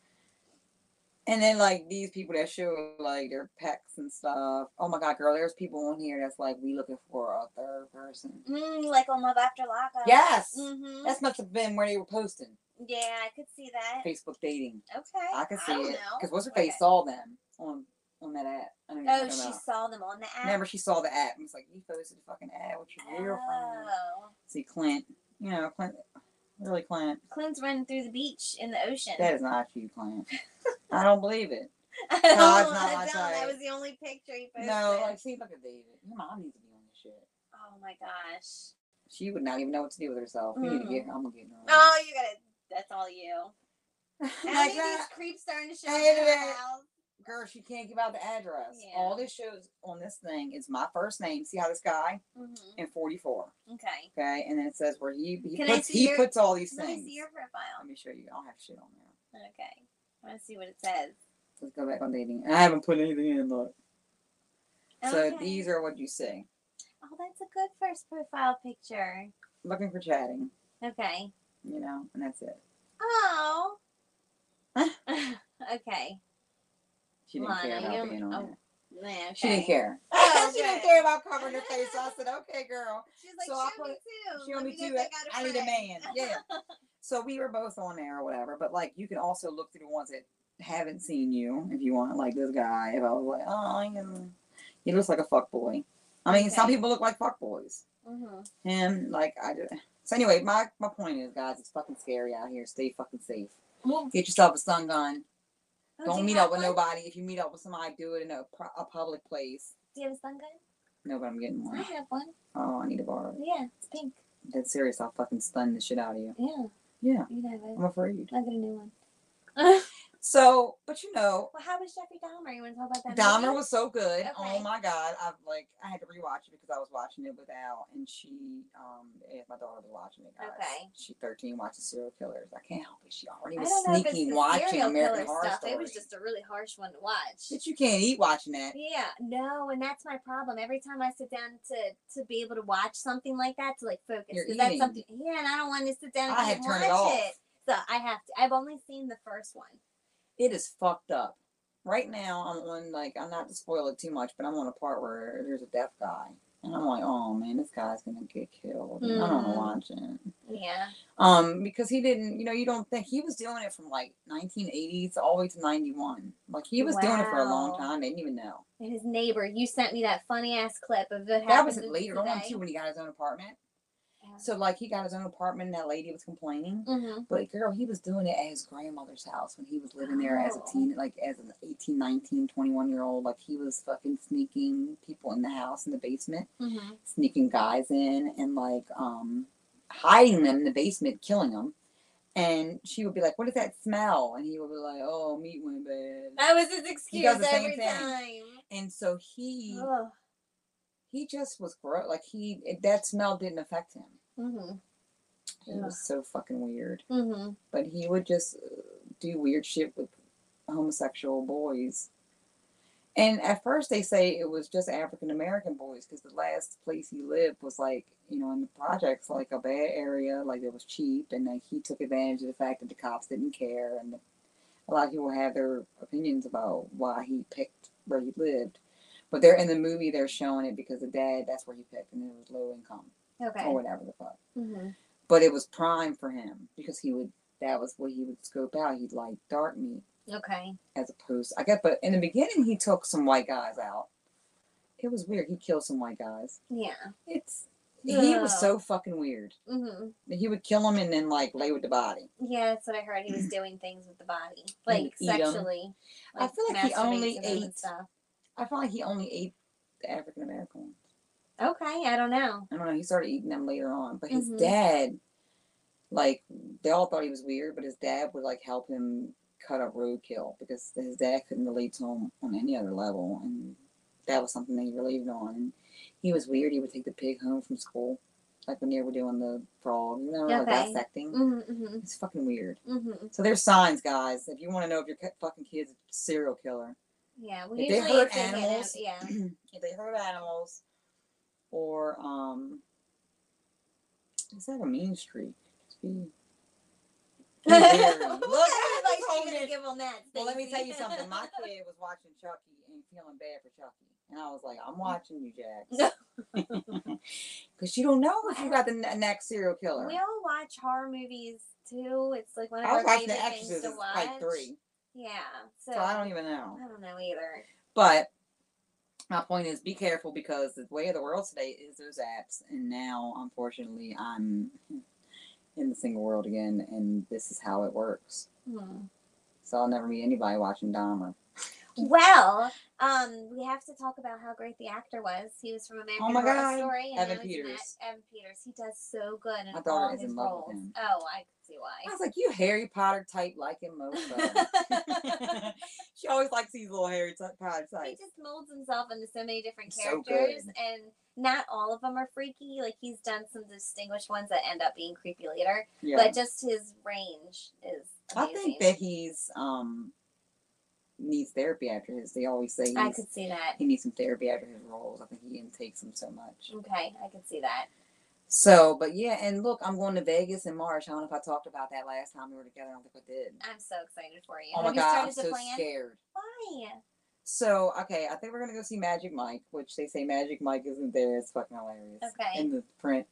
Speaker 1: and then like these people that show like their pecs and stuff oh my god girl there's people on here that's like we looking for a third person
Speaker 2: mm, like on Love After Lockup.
Speaker 1: yes
Speaker 2: hmm
Speaker 1: that's must have been where they were posting
Speaker 2: Yeah, I could see that.
Speaker 1: facebook dating
Speaker 2: Okay.
Speaker 1: i can see
Speaker 2: don't
Speaker 1: it
Speaker 2: know.
Speaker 1: because what's her
Speaker 2: Okay.
Speaker 1: face saw them on on that app I know what you're
Speaker 2: Oh,
Speaker 1: talking
Speaker 2: she
Speaker 1: about.
Speaker 2: saw them on the app.
Speaker 1: remember she saw the app and was like you posted a fucking ad with your girlfriend
Speaker 2: Oh.
Speaker 1: see clint you know clint really clint
Speaker 2: Clint's running through the beach in the ocean.
Speaker 1: that is not you clint i don't believe it
Speaker 2: Oh, I
Speaker 1: it's
Speaker 2: don't,
Speaker 1: not
Speaker 2: I
Speaker 1: my
Speaker 2: don't. That
Speaker 1: type.
Speaker 2: was the only picture he posted.
Speaker 1: no like see look at david your mom needs to be on this shit
Speaker 2: Oh my gosh.
Speaker 1: she would not even know what to do with herself. We need to get her. I'm gonna get her.
Speaker 2: Oh, you gotta. That's all you. How
Speaker 1: like
Speaker 2: many of these
Speaker 1: that.
Speaker 2: creeps starting to show
Speaker 1: I hated
Speaker 2: their
Speaker 1: it.
Speaker 2: house?
Speaker 1: Girl, she can't give out the address.
Speaker 2: Yeah.
Speaker 1: All this shows on this thing is my first name. See how this guy
Speaker 2: hmm
Speaker 1: in 44.
Speaker 2: Okay.
Speaker 1: Mm-hmm. Okay, and then it says where he he,
Speaker 2: Can I
Speaker 1: puts,
Speaker 2: see
Speaker 1: he
Speaker 2: your-
Speaker 1: puts all these
Speaker 2: Let me
Speaker 1: things.
Speaker 2: see your
Speaker 1: Let
Speaker 2: profile.
Speaker 1: me show you. I don't have shit on there.
Speaker 2: Okay. I want to see what it says.
Speaker 1: Let's go back on dating. I haven't put anything in. Look. So
Speaker 2: Okay.
Speaker 1: these are what you see.
Speaker 2: Oh, that's a good first profile picture.
Speaker 1: Looking for chatting,
Speaker 2: Okay.
Speaker 1: you know, and that's it.
Speaker 2: Oh. okay.
Speaker 1: She didn't care
Speaker 2: Lana,
Speaker 1: about
Speaker 2: you-
Speaker 1: being on
Speaker 2: oh,
Speaker 1: there.
Speaker 2: Yeah,
Speaker 1: She didn't
Speaker 2: okay.
Speaker 1: care.
Speaker 2: Oh,
Speaker 1: she didn't
Speaker 2: good.
Speaker 1: care about covering her face. So I said, "Okay, girl."
Speaker 2: She's like,
Speaker 1: So
Speaker 2: show
Speaker 1: I
Speaker 2: me
Speaker 1: put-
Speaker 2: too.
Speaker 1: show
Speaker 2: Let
Speaker 1: me
Speaker 2: know if
Speaker 1: too.
Speaker 2: I got
Speaker 1: I need a
Speaker 2: friend."
Speaker 1: man. Yeah. So we were both on there or whatever, but like you can also look through the ones that haven't seen you if you want, like this guy. If I was like, oh, you know, he looks like a fuck boy. I mean, some
Speaker 2: Okay.
Speaker 1: people look like fuck boys.
Speaker 2: Mhm.
Speaker 1: Him, like I do. So anyway, my my point is, guys, it's fucking scary out here. Stay fucking safe.
Speaker 2: Well,
Speaker 1: Get yourself a stun gun.
Speaker 2: oh, do
Speaker 1: Don't
Speaker 2: you
Speaker 1: meet
Speaker 2: have
Speaker 1: up with
Speaker 2: one?
Speaker 1: nobody. If you meet up with somebody, do it in a, pu- a public place.
Speaker 2: Do you have a stun gun?
Speaker 1: No, but I'm getting
Speaker 2: I
Speaker 1: one.
Speaker 2: have one.
Speaker 1: Oh, I need to borrow it.
Speaker 2: Yeah, it's pink.
Speaker 1: That's serious. I'll fucking stun the shit out of you.
Speaker 2: Yeah,
Speaker 1: Yeah,
Speaker 2: you can have it.
Speaker 1: I'm afraid.
Speaker 2: I'll get a new one. well,
Speaker 1: So, but you know,
Speaker 2: how was Jeffrey Dahmer? You want to talk about that?
Speaker 1: Dahmer
Speaker 2: movie?
Speaker 1: was so good. Oh
Speaker 2: Okay.
Speaker 1: my god, I've like I had to rewatch it because I was watching it with Al, and she um asked my daughter to be watching it. Guys.
Speaker 2: Okay
Speaker 1: she thirteen watches serial killers. I can't help it. She already
Speaker 2: I
Speaker 1: was
Speaker 2: don't know if it's
Speaker 1: sneaky
Speaker 2: the
Speaker 1: watching
Speaker 2: serial
Speaker 1: American
Speaker 2: killer
Speaker 1: Horror
Speaker 2: stuff.
Speaker 1: Story.
Speaker 2: It was just a really harsh one to watch.
Speaker 1: Bitch, you can't eat watching that.
Speaker 2: Yeah, no, and that's my problem. Every time I sit down to to be able to watch something like that, to like focus,
Speaker 1: You're
Speaker 2: 'cause that's
Speaker 1: eating.
Speaker 2: something. Yeah, and I don't want to sit down and
Speaker 1: I had
Speaker 2: just
Speaker 1: turned
Speaker 2: watch
Speaker 1: it
Speaker 2: it,
Speaker 1: off.
Speaker 2: So I have to. I've only seen the first one.
Speaker 1: It is fucked up. Right now, I'm on like I'm not to spoil it too much, but I'm on a part where there's a deaf guy, and I'm like, oh man, this guy's gonna get killed. and I don't
Speaker 2: Mm.
Speaker 1: want to watch it.
Speaker 2: Yeah.
Speaker 1: um because he didn't you know you don't think he was doing it from like 1980s all the way to 91 like he was doing it for a long
Speaker 2: Wow.
Speaker 1: time they didn't even know
Speaker 2: And his neighbor, you sent me that funny ass clip of it.
Speaker 1: that was
Speaker 2: happened
Speaker 1: later on
Speaker 2: today.
Speaker 1: too when he got his own apartment
Speaker 2: Yeah.
Speaker 1: so like he got his own apartment and that lady was complaining
Speaker 2: Mhm.
Speaker 1: but girl he was doing it at his grandmother's house when he was living there as a
Speaker 2: Oh.
Speaker 1: teen like as an 18 19 21 year old like he was fucking sneaking people in the house in the basement
Speaker 2: Mhm.
Speaker 1: sneaking guys in and like um hiding them in the basement, killing them. And she would be like, "What is that smell?" And he would be like, "Oh, meat went bad."
Speaker 2: That was his excuse
Speaker 1: does the same
Speaker 2: every
Speaker 1: thing.
Speaker 2: time.
Speaker 1: And so he
Speaker 2: Oh.
Speaker 1: he just was gross. Like he that smell didn't affect him.
Speaker 2: Mhm.
Speaker 1: He was so fucking weird.
Speaker 2: Mhm.
Speaker 1: But he would just uh, do weird shit with homosexual boys. And at first they say it was just African American boys because the last place he lived was like, you know, in the projects, like a bad area, like it was cheap. And like he took advantage of the fact that the cops didn't care. And a lot of people have their opinions about why he picked where he lived. But they're in the movie, they're showing it because the dad, that's where he picked, and it was low income
Speaker 2: Okay.
Speaker 1: or whatever the fuck
Speaker 2: Mhm.
Speaker 1: but it was prime for him because he would that was what he would scope out he'd like dark meat
Speaker 2: Okay.
Speaker 1: as opposed i guess but in the beginning he took some white guys out it was weird he killed some white guys
Speaker 2: Yeah.
Speaker 1: it's he was
Speaker 2: Ugh.
Speaker 1: so fucking weird
Speaker 2: Mhm.
Speaker 1: he would kill them and then like lay with the body
Speaker 2: Yeah, that's what I heard. He was doing things with the body,
Speaker 1: And
Speaker 2: like
Speaker 1: eat 'em.
Speaker 2: sexually.
Speaker 1: I feel like he
Speaker 2: masturbates
Speaker 1: only
Speaker 2: with 'em and
Speaker 1: ate-
Speaker 2: Stuff.
Speaker 1: i feel like he only ate the african american ones
Speaker 2: Okay, I don't know.
Speaker 1: i don't know he started eating them later on but his
Speaker 2: Mhm.
Speaker 1: dad like they all thought he was weird but his dad would like help him cut up roadkill because his dad couldn't relate to him on any other level and that was something that he relieved on. And he was weird. He would take the pig home from school, like when they were doing the frog, you know, like
Speaker 2: Okay.
Speaker 1: dissecting.
Speaker 2: Mm-hmm,
Speaker 1: It's fucking weird.
Speaker 2: mm-hmm.
Speaker 1: So there's signs, guys. If you want to know if your ki- fucking kid's a serial killer,
Speaker 2: Yeah. Well,
Speaker 1: If they
Speaker 2: usually
Speaker 1: hurt
Speaker 2: if they get out-
Speaker 1: animals-
Speaker 2: yeah.
Speaker 1: if they hurt animals, or um, is that a mean streak? Just be- be
Speaker 2: Look,
Speaker 1: wary. Look, she's
Speaker 2: like she's gonna
Speaker 1: holding-
Speaker 2: give them that.
Speaker 1: Well, let me tell you
Speaker 2: Stacey.
Speaker 1: something. My kid was watching Chucky and feeling bad for Chucky, and I was like,
Speaker 2: Mm.
Speaker 1: "I'm watching you, Jax," because you don't know if you got the ne- next serial killer.
Speaker 2: we all watch horror movies too. It's like one of
Speaker 1: I was
Speaker 2: our
Speaker 1: watching
Speaker 2: favorite
Speaker 1: The
Speaker 2: things
Speaker 1: Exorcist
Speaker 2: to
Speaker 1: at
Speaker 2: watch.
Speaker 1: like three,
Speaker 2: Yeah. So,
Speaker 1: so I don't even know.
Speaker 2: I don't know either.
Speaker 1: But my point is, be careful because the way of the world today is those apps, and now unfortunately, I'm in the single world again, and this is how it works.
Speaker 2: Hmm.
Speaker 1: So I'll never meet anybody watching Dahmer.
Speaker 2: Well, um, we have to talk about how great the actor was. He was from American
Speaker 1: Oh my
Speaker 2: Horror
Speaker 1: God,
Speaker 2: Story. And
Speaker 1: Evan
Speaker 2: now he's in that-
Speaker 1: Peters.
Speaker 2: Evan Peters. He does so good in
Speaker 1: My daughter
Speaker 2: all
Speaker 1: is
Speaker 2: his
Speaker 1: in love
Speaker 2: roles.
Speaker 1: with him.
Speaker 2: Oh, I could see
Speaker 1: I
Speaker 2: why.
Speaker 1: was like, you Harry Potter type like him most. though." she always likes these little Harry t- Potter
Speaker 2: He
Speaker 1: types.
Speaker 2: just molds himself into so many different
Speaker 1: He's so good.
Speaker 2: characters, and not all of them are freaky. Like he's done some distinguished ones that end up being creepy later,
Speaker 1: Yeah.
Speaker 2: but just his range is.
Speaker 1: I
Speaker 2: Amazing.
Speaker 1: think that he's um needs therapy after his. They always say
Speaker 2: I
Speaker 1: he's,
Speaker 2: could see that.
Speaker 1: he needs some therapy after his roles. I think he intakes them so much.
Speaker 2: Okay, I could see that.
Speaker 1: So, but yeah, and look, I'm going to Vegas in March. I don't know if I talked about that last time we were together. I don't think I did.
Speaker 2: I'm so excited for you.
Speaker 1: Oh my
Speaker 2: Have you
Speaker 1: god,
Speaker 2: started
Speaker 1: I'm
Speaker 2: to
Speaker 1: so
Speaker 2: plan?
Speaker 1: scared.
Speaker 2: Why?
Speaker 1: So, okay, I think we're gonna go see Magic Mike, which they say Magic Mike isn't there. It's fucking hilarious.
Speaker 2: Okay.
Speaker 1: In the print,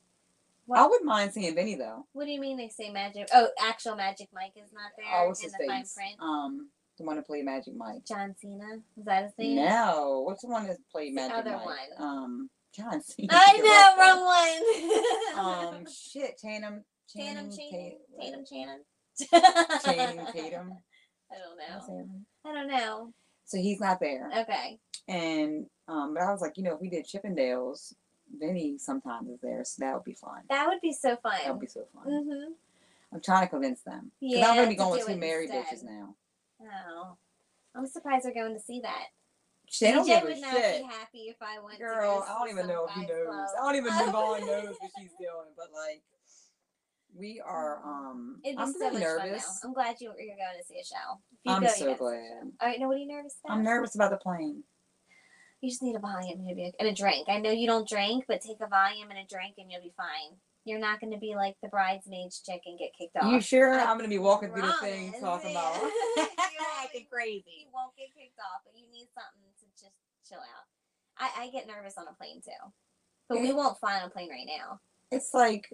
Speaker 2: What?
Speaker 1: I wouldn't mind seeing Vinny though.
Speaker 2: What do you mean they say magic? Oh, actual Magic Mike is not there
Speaker 1: Oh, what's
Speaker 2: in
Speaker 1: his
Speaker 2: the
Speaker 1: face?
Speaker 2: fine print.
Speaker 1: Um, the one that played Magic Mike.
Speaker 2: John Cena is that his name?
Speaker 1: No, what's the one that played Magic
Speaker 2: other
Speaker 1: Mike?
Speaker 2: one.
Speaker 1: Um, John Cena.
Speaker 2: I know, wrong one.
Speaker 1: Um, shit, Tatum.
Speaker 2: Tatum Channing.
Speaker 1: Tatum.
Speaker 2: Tatum Channing.
Speaker 1: Channing Tatum.
Speaker 2: I don't
Speaker 1: Am I
Speaker 2: know.
Speaker 1: saying it right?
Speaker 2: I don't know.
Speaker 1: So he's not there.
Speaker 2: Okay.
Speaker 1: And um, but I was like, you know, if we did Chippendales, Vinny sometimes is there, so that would be fun.
Speaker 2: That would be so
Speaker 1: That would
Speaker 2: fun.
Speaker 1: be so fun.
Speaker 2: Mm-hmm.
Speaker 1: I'm trying to convince them. Because
Speaker 2: Yeah,
Speaker 1: I'm gonna
Speaker 2: to
Speaker 1: be going with
Speaker 2: do
Speaker 1: two
Speaker 2: it
Speaker 1: married
Speaker 2: instead.
Speaker 1: bitches now.
Speaker 2: Oh. I'm surprised they're going to see that.
Speaker 1: They don't
Speaker 2: DJ
Speaker 1: give a
Speaker 2: would not
Speaker 1: shit.
Speaker 2: be happy if I went to
Speaker 1: Girl,
Speaker 2: go
Speaker 1: I don't
Speaker 2: see
Speaker 1: even
Speaker 2: some
Speaker 1: know if he
Speaker 2: guy's
Speaker 1: knows.
Speaker 2: club.
Speaker 1: I don't even know if Vaughn knows what she's doing, but like we are um
Speaker 2: Mm. It'd be
Speaker 1: I'm
Speaker 2: so
Speaker 1: really
Speaker 2: much
Speaker 1: nervous.
Speaker 2: fun though. I'm glad you, you're going to see a show. If you
Speaker 1: I'm
Speaker 2: go, you
Speaker 1: so
Speaker 2: gotta see a show.
Speaker 1: glad.
Speaker 2: All right, now what are you nervous about?
Speaker 1: I'm nervous about the plane.
Speaker 2: You just need a volume maybe, and a drink. I know you don't drink, but take a volume and a drink and you'll be fine. You're not going to be like the bridesmaid's chick and get kicked off.
Speaker 1: You sure?
Speaker 2: I
Speaker 1: I'm gonna be walking through the thing
Speaker 2: promise.
Speaker 1: talking about
Speaker 2: You won't
Speaker 1: acting
Speaker 2: be-
Speaker 1: crazy.
Speaker 2: you won't get kicked off, but you need something to just chill out. I, I get nervous on a plane too, but we won't fly on a plane right now.
Speaker 1: It's like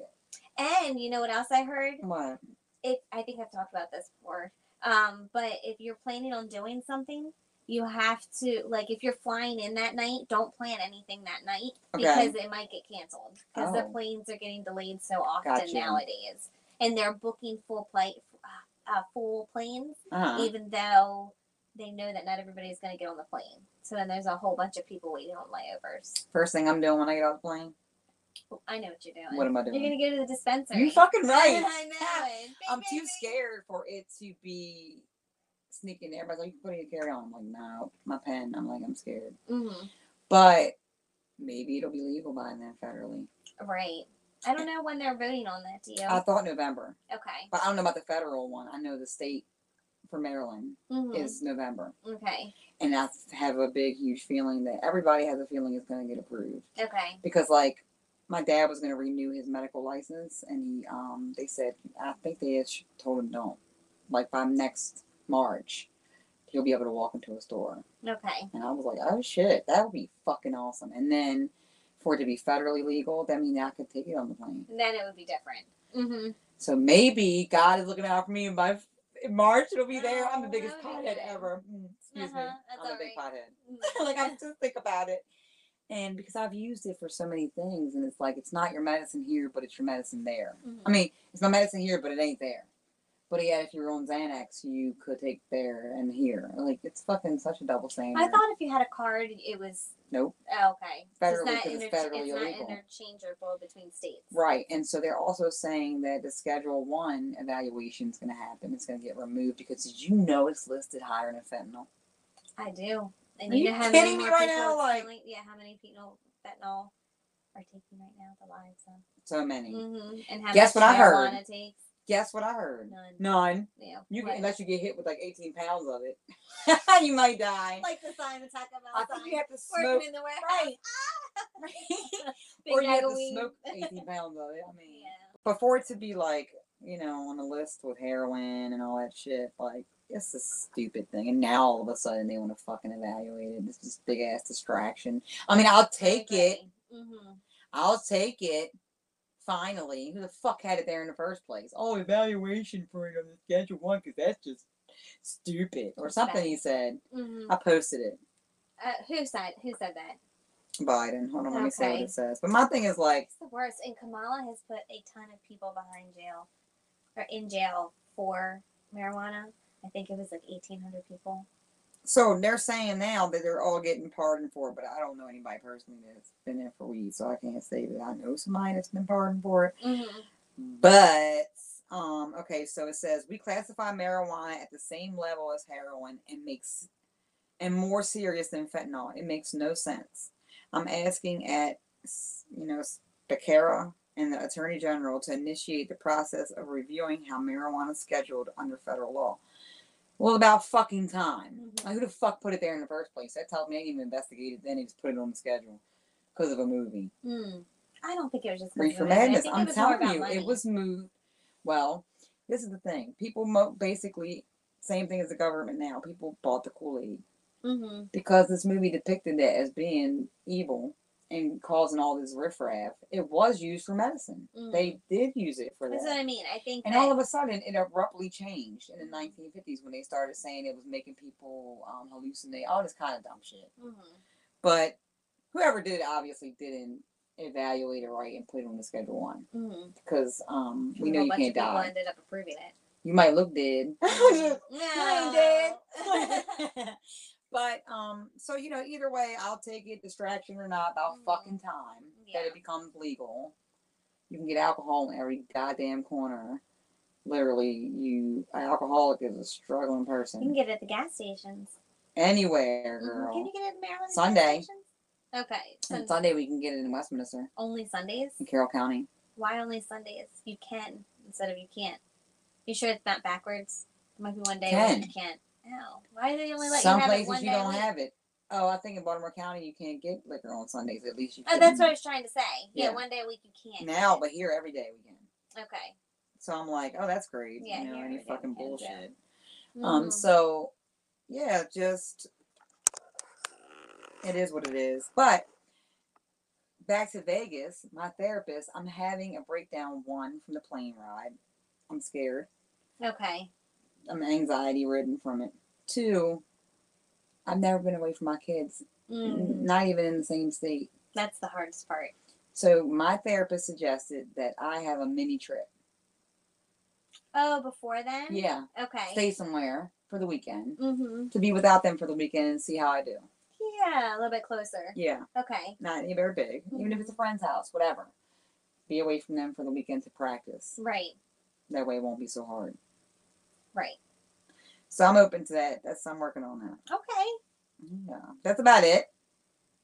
Speaker 2: And you know what else I heard?
Speaker 1: what?
Speaker 2: If I think I've talked about this before, um, but if you're planning on doing something, you have to like if you're flying in that night, don't plan anything that night
Speaker 1: Okay.
Speaker 2: because it might get canceled because the
Speaker 1: Oh.
Speaker 2: planes are getting delayed so often
Speaker 1: Gotcha.
Speaker 2: nowadays, and they're booking full flight, uh, full planes
Speaker 1: Uh-huh.
Speaker 2: even though they know that not everybody's going to get on the plane. So then there's a whole bunch of people waiting on layovers.
Speaker 1: First thing I'm doing when I get off the plane,
Speaker 2: I know what you're doing.
Speaker 1: what am I
Speaker 2: you're going
Speaker 1: doing?
Speaker 2: to go to the dispensary.
Speaker 1: You fucking right.
Speaker 2: I know. it.
Speaker 1: I'm
Speaker 2: Bing,
Speaker 1: too
Speaker 2: bing, bing.
Speaker 1: scared for it to be sneaking. Everybody's like, "What do you carry on?" I'm like, "No, my pen." I'm like, "I'm scared,"
Speaker 2: Mhm.
Speaker 1: but maybe it'll be legal by then federally.
Speaker 2: Right. I don't know when they're voting on that, do you?
Speaker 1: I thought November,
Speaker 2: okay.
Speaker 1: but I don't know about the federal one. I know the state for Maryland
Speaker 2: Mhm.
Speaker 1: is November,
Speaker 2: Okay.
Speaker 1: and I have a big, huge feeling that everybody has a feeling it's going to get approved
Speaker 2: Okay.
Speaker 1: because, like, my dad was going to renew his medical license, and he, um, they said, I think they ish- told him don't, like, by next March, he'll be able to walk into a store.
Speaker 2: Okay.
Speaker 1: And I was like, oh shit, that would be fucking awesome. And then for it to be federally legal, that means I could take it on the plane.
Speaker 2: Then it would be different. Mm-hmm.
Speaker 1: So maybe God is looking out for me and by f- in March it'll be there. I'm the
Speaker 2: Oh,
Speaker 1: biggest
Speaker 2: that would be
Speaker 1: pothead
Speaker 2: good.
Speaker 1: ever. Mm, Excuse me.
Speaker 2: Uh-huh, that's Mm-hmm.
Speaker 1: I'm a big
Speaker 2: alright.
Speaker 1: pothead. like I just think about it. And because I've used it for so many things and it's like it's not your medicine here, but it's your medicine there.
Speaker 2: Mm-hmm.
Speaker 1: I mean, it's my medicine here, but it ain't there. But yet if you're on Xanax, you could take there and here. Like it's fucking such a double standard.
Speaker 2: I thought if you had a card, it was.
Speaker 1: Nope.
Speaker 2: Oh, okay.
Speaker 1: Federally,
Speaker 2: it's not,
Speaker 1: 'cause it's
Speaker 2: interch-
Speaker 1: federally
Speaker 2: it's not
Speaker 1: illegal.
Speaker 2: interchangeable between states.
Speaker 1: Right, and so they're also saying that the Schedule One evaluation is going to happen. It's going to get removed because did you know it's listed higher than fentanyl?
Speaker 2: I do. And
Speaker 1: Are
Speaker 2: you
Speaker 1: you
Speaker 2: know how many
Speaker 1: kidding
Speaker 2: more
Speaker 1: me right
Speaker 2: people
Speaker 1: now?
Speaker 2: are
Speaker 1: Like-
Speaker 2: stealing- yeah, how many people fentanyl are taking right now? The lives of.
Speaker 1: So many.
Speaker 2: Mm-hmm. And how
Speaker 1: Guess
Speaker 2: much
Speaker 1: what I heard?
Speaker 2: marijuana takes?
Speaker 1: Guess what I heard?
Speaker 2: None.
Speaker 1: None.
Speaker 2: Yeah.
Speaker 1: You
Speaker 2: right.
Speaker 1: unless you get hit with like 18 pounds of it, you might die.
Speaker 2: like the sign of Taco Bell
Speaker 1: I
Speaker 2: sign.
Speaker 1: think you have to
Speaker 2: Working
Speaker 1: smoke,
Speaker 2: in the warehouse.
Speaker 1: right?
Speaker 2: Big
Speaker 1: or you have
Speaker 2: bag of
Speaker 1: to
Speaker 2: weed.
Speaker 1: smoke 18 pounds of it. I mean,
Speaker 2: Yeah.
Speaker 1: but for it to be like you know on the list with heroin and all that shit, like it's a stupid thing. And now all of a sudden they want to fucking evaluate it. This is big ass distraction. I mean, I'll take it.
Speaker 2: Mm-hmm.
Speaker 1: I'll take it. Finally, who the fuck had it there in the first place? Oh, evaluation for it on the schedule one because that's just stupid or
Speaker 2: That's
Speaker 1: something.
Speaker 2: bad.
Speaker 1: He said.
Speaker 2: Mm-hmm.
Speaker 1: I posted it.
Speaker 2: Uh, who said who said that?
Speaker 1: Biden. Hold on, let me see what
Speaker 2: Okay.
Speaker 1: it says. But my thing is like,
Speaker 2: It's the worst. And Kamala has put a ton of people behind jail or in jail for marijuana. I think it was like eighteen hundred people.
Speaker 1: so they're saying now that they're all getting pardoned for it, but I don't know anybody personally that's been in for weed, so I can't say that I know somebody that's been pardoned for it.
Speaker 2: Mm-hmm.
Speaker 1: But um, okay, so it says we classify marijuana at the same level as heroin and makes and more serious than fentanyl. It makes no sense. I'm asking at you know Becerra and the Attorney General to initiate the process of reviewing how marijuana is scheduled under federal law. Well, about fucking time.
Speaker 2: Mhm.
Speaker 1: Like, who the fuck put it there in the first place? That tells me they didn't even investigate it. Then they just put it on the schedule because of a movie.
Speaker 2: Mm. I don't think it was just 'cause
Speaker 1: Reefer
Speaker 2: of the money. I
Speaker 1: Madness.
Speaker 2: think it
Speaker 1: I'm
Speaker 2: was more
Speaker 1: telling
Speaker 2: about
Speaker 1: you,
Speaker 2: money.
Speaker 1: it was moved. Well, this is the thing. People mo- basically same thing as the government now. People bought the Kool Aid
Speaker 2: Mm-hmm.
Speaker 1: because this movie depicted it as being evil and causing all this riffraff. It was used for medicine.
Speaker 2: Mm.
Speaker 1: They did use it for
Speaker 2: That's
Speaker 1: that.
Speaker 2: what I mean. I think
Speaker 1: And
Speaker 2: that,
Speaker 1: all of a sudden, it abruptly changed in the 1950s when they started saying it was making people um, hallucinate, all this kind of dumb shit.
Speaker 2: Mhm.
Speaker 1: But whoever did it obviously didn't evaluate it right and put it on the schedule one
Speaker 2: Mhm.
Speaker 1: because um, we
Speaker 2: A
Speaker 1: know
Speaker 2: whole
Speaker 1: you
Speaker 2: bunch
Speaker 1: can't
Speaker 2: of people
Speaker 1: die.
Speaker 2: ended up approving it.
Speaker 1: You might look dead. but um, so you know, either way, I'll take it, distraction or not, about
Speaker 2: Mhm.
Speaker 1: fucking time that
Speaker 2: Yeah.
Speaker 1: it becomes legal. You can get alcohol in every goddamn corner. Literally, you an alcoholic is a struggling
Speaker 2: You can
Speaker 1: person
Speaker 2: get it at the gas stations.
Speaker 1: anywhere,
Speaker 2: Mhm.
Speaker 1: girl.
Speaker 2: Can you get it in Maryland? at gas
Speaker 1: Sunday.
Speaker 2: stations? Okay.
Speaker 1: And
Speaker 2: Sun-
Speaker 1: Sunday we can get it in Westminster,
Speaker 2: only Sundays?
Speaker 1: in Carroll County.
Speaker 2: Why only Sundays? You can instead of you can't. You sure it's not backwards? There might be one day when
Speaker 1: Can.
Speaker 2: you can't. Ow. Why do they only let
Speaker 1: Some
Speaker 2: you have it
Speaker 1: places
Speaker 2: one
Speaker 1: you
Speaker 2: day? a
Speaker 1: don't
Speaker 2: week?
Speaker 1: have it. Oh, I think in Baltimore County you can't get liquor on Sundays. At least you.
Speaker 2: Oh,
Speaker 1: couldn't
Speaker 2: that's what I was trying to say. Yeah,
Speaker 1: Yeah.
Speaker 2: one day a week you can't. have
Speaker 1: now,
Speaker 2: it.
Speaker 1: but here every day we can.
Speaker 2: okay.
Speaker 1: So I'm like, oh, that's great.
Speaker 2: Yeah,
Speaker 1: you know,
Speaker 2: here
Speaker 1: any
Speaker 2: it is,
Speaker 1: fucking
Speaker 2: yeah,
Speaker 1: bullshit. Um,
Speaker 2: Mhm.
Speaker 1: so yeah, just it is what it is. But back to Vegas, my therapist, I'm having a breakdown one from the plane ride. I'm scared.
Speaker 2: okay.
Speaker 1: I'm anxiety ridden from it. Two, I've never been away from my kids,
Speaker 2: Mm.
Speaker 1: not even in the same state.
Speaker 2: That's the hardest part.
Speaker 1: So my therapist suggested that I have a mini trip.
Speaker 2: Oh, before then?
Speaker 1: Yeah,
Speaker 2: Okay.
Speaker 1: stay somewhere for the weekend
Speaker 2: mm-hmm.
Speaker 1: to be without them for the weekend and see how I do.
Speaker 2: Yeah, a little bit closer.
Speaker 1: Yeah,
Speaker 2: Okay.
Speaker 1: not anywhere big, even if it's a friend's house, whatever. Be away from them for the weekend to practice.
Speaker 2: Right.
Speaker 1: That way it won't be so hard.
Speaker 2: Right.
Speaker 1: So I'm open to that. That's I'm working on that.
Speaker 2: Okay.
Speaker 1: Yeah, that's about it.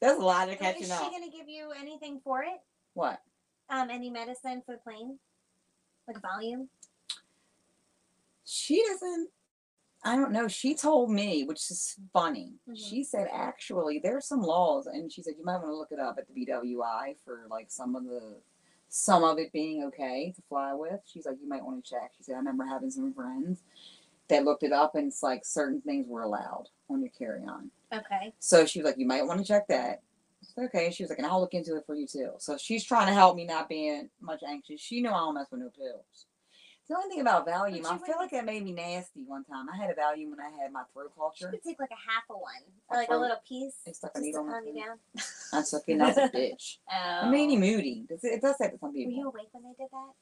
Speaker 1: That's a lot of
Speaker 2: So Is
Speaker 1: catching
Speaker 2: she
Speaker 1: up.
Speaker 2: gonna give you anything for it?
Speaker 1: What?
Speaker 2: Um, any medicine for the plane? Like volume?
Speaker 1: She doesn't. I don't know. She told me, which is funny.
Speaker 2: Mhm.
Speaker 1: She said, actually, there are some laws, and she said you might want to look it up at the BWI for like some of the, some of it being okay to fly with. She's like, you might want to check. She said, I remember having some friends that looked it up, and it's like certain things were allowed on your carry-on.
Speaker 2: Okay.
Speaker 1: So she was like, you might want to check that. I said, Okay, she was like, and I'll look into it for you too. So she's trying to help me not being much anxious. She know I don't mess with no pills. The only thing about Valium,
Speaker 2: she
Speaker 1: I
Speaker 2: wouldn't-
Speaker 1: feel like that made me nasty one time. I had a Valium when I had my throat
Speaker 2: She
Speaker 1: culture.
Speaker 2: could take like a half of one,
Speaker 1: A
Speaker 2: or like a
Speaker 1: throat-
Speaker 2: little piece,
Speaker 1: It
Speaker 2: just
Speaker 1: stuck a
Speaker 2: to
Speaker 1: needle in my
Speaker 2: calm you
Speaker 1: throat.
Speaker 2: down.
Speaker 1: I took it and I was a bitch.
Speaker 2: Oh.
Speaker 1: It made me moody. Does It it does that to some
Speaker 2: Were
Speaker 1: people.
Speaker 2: you awake when they did that?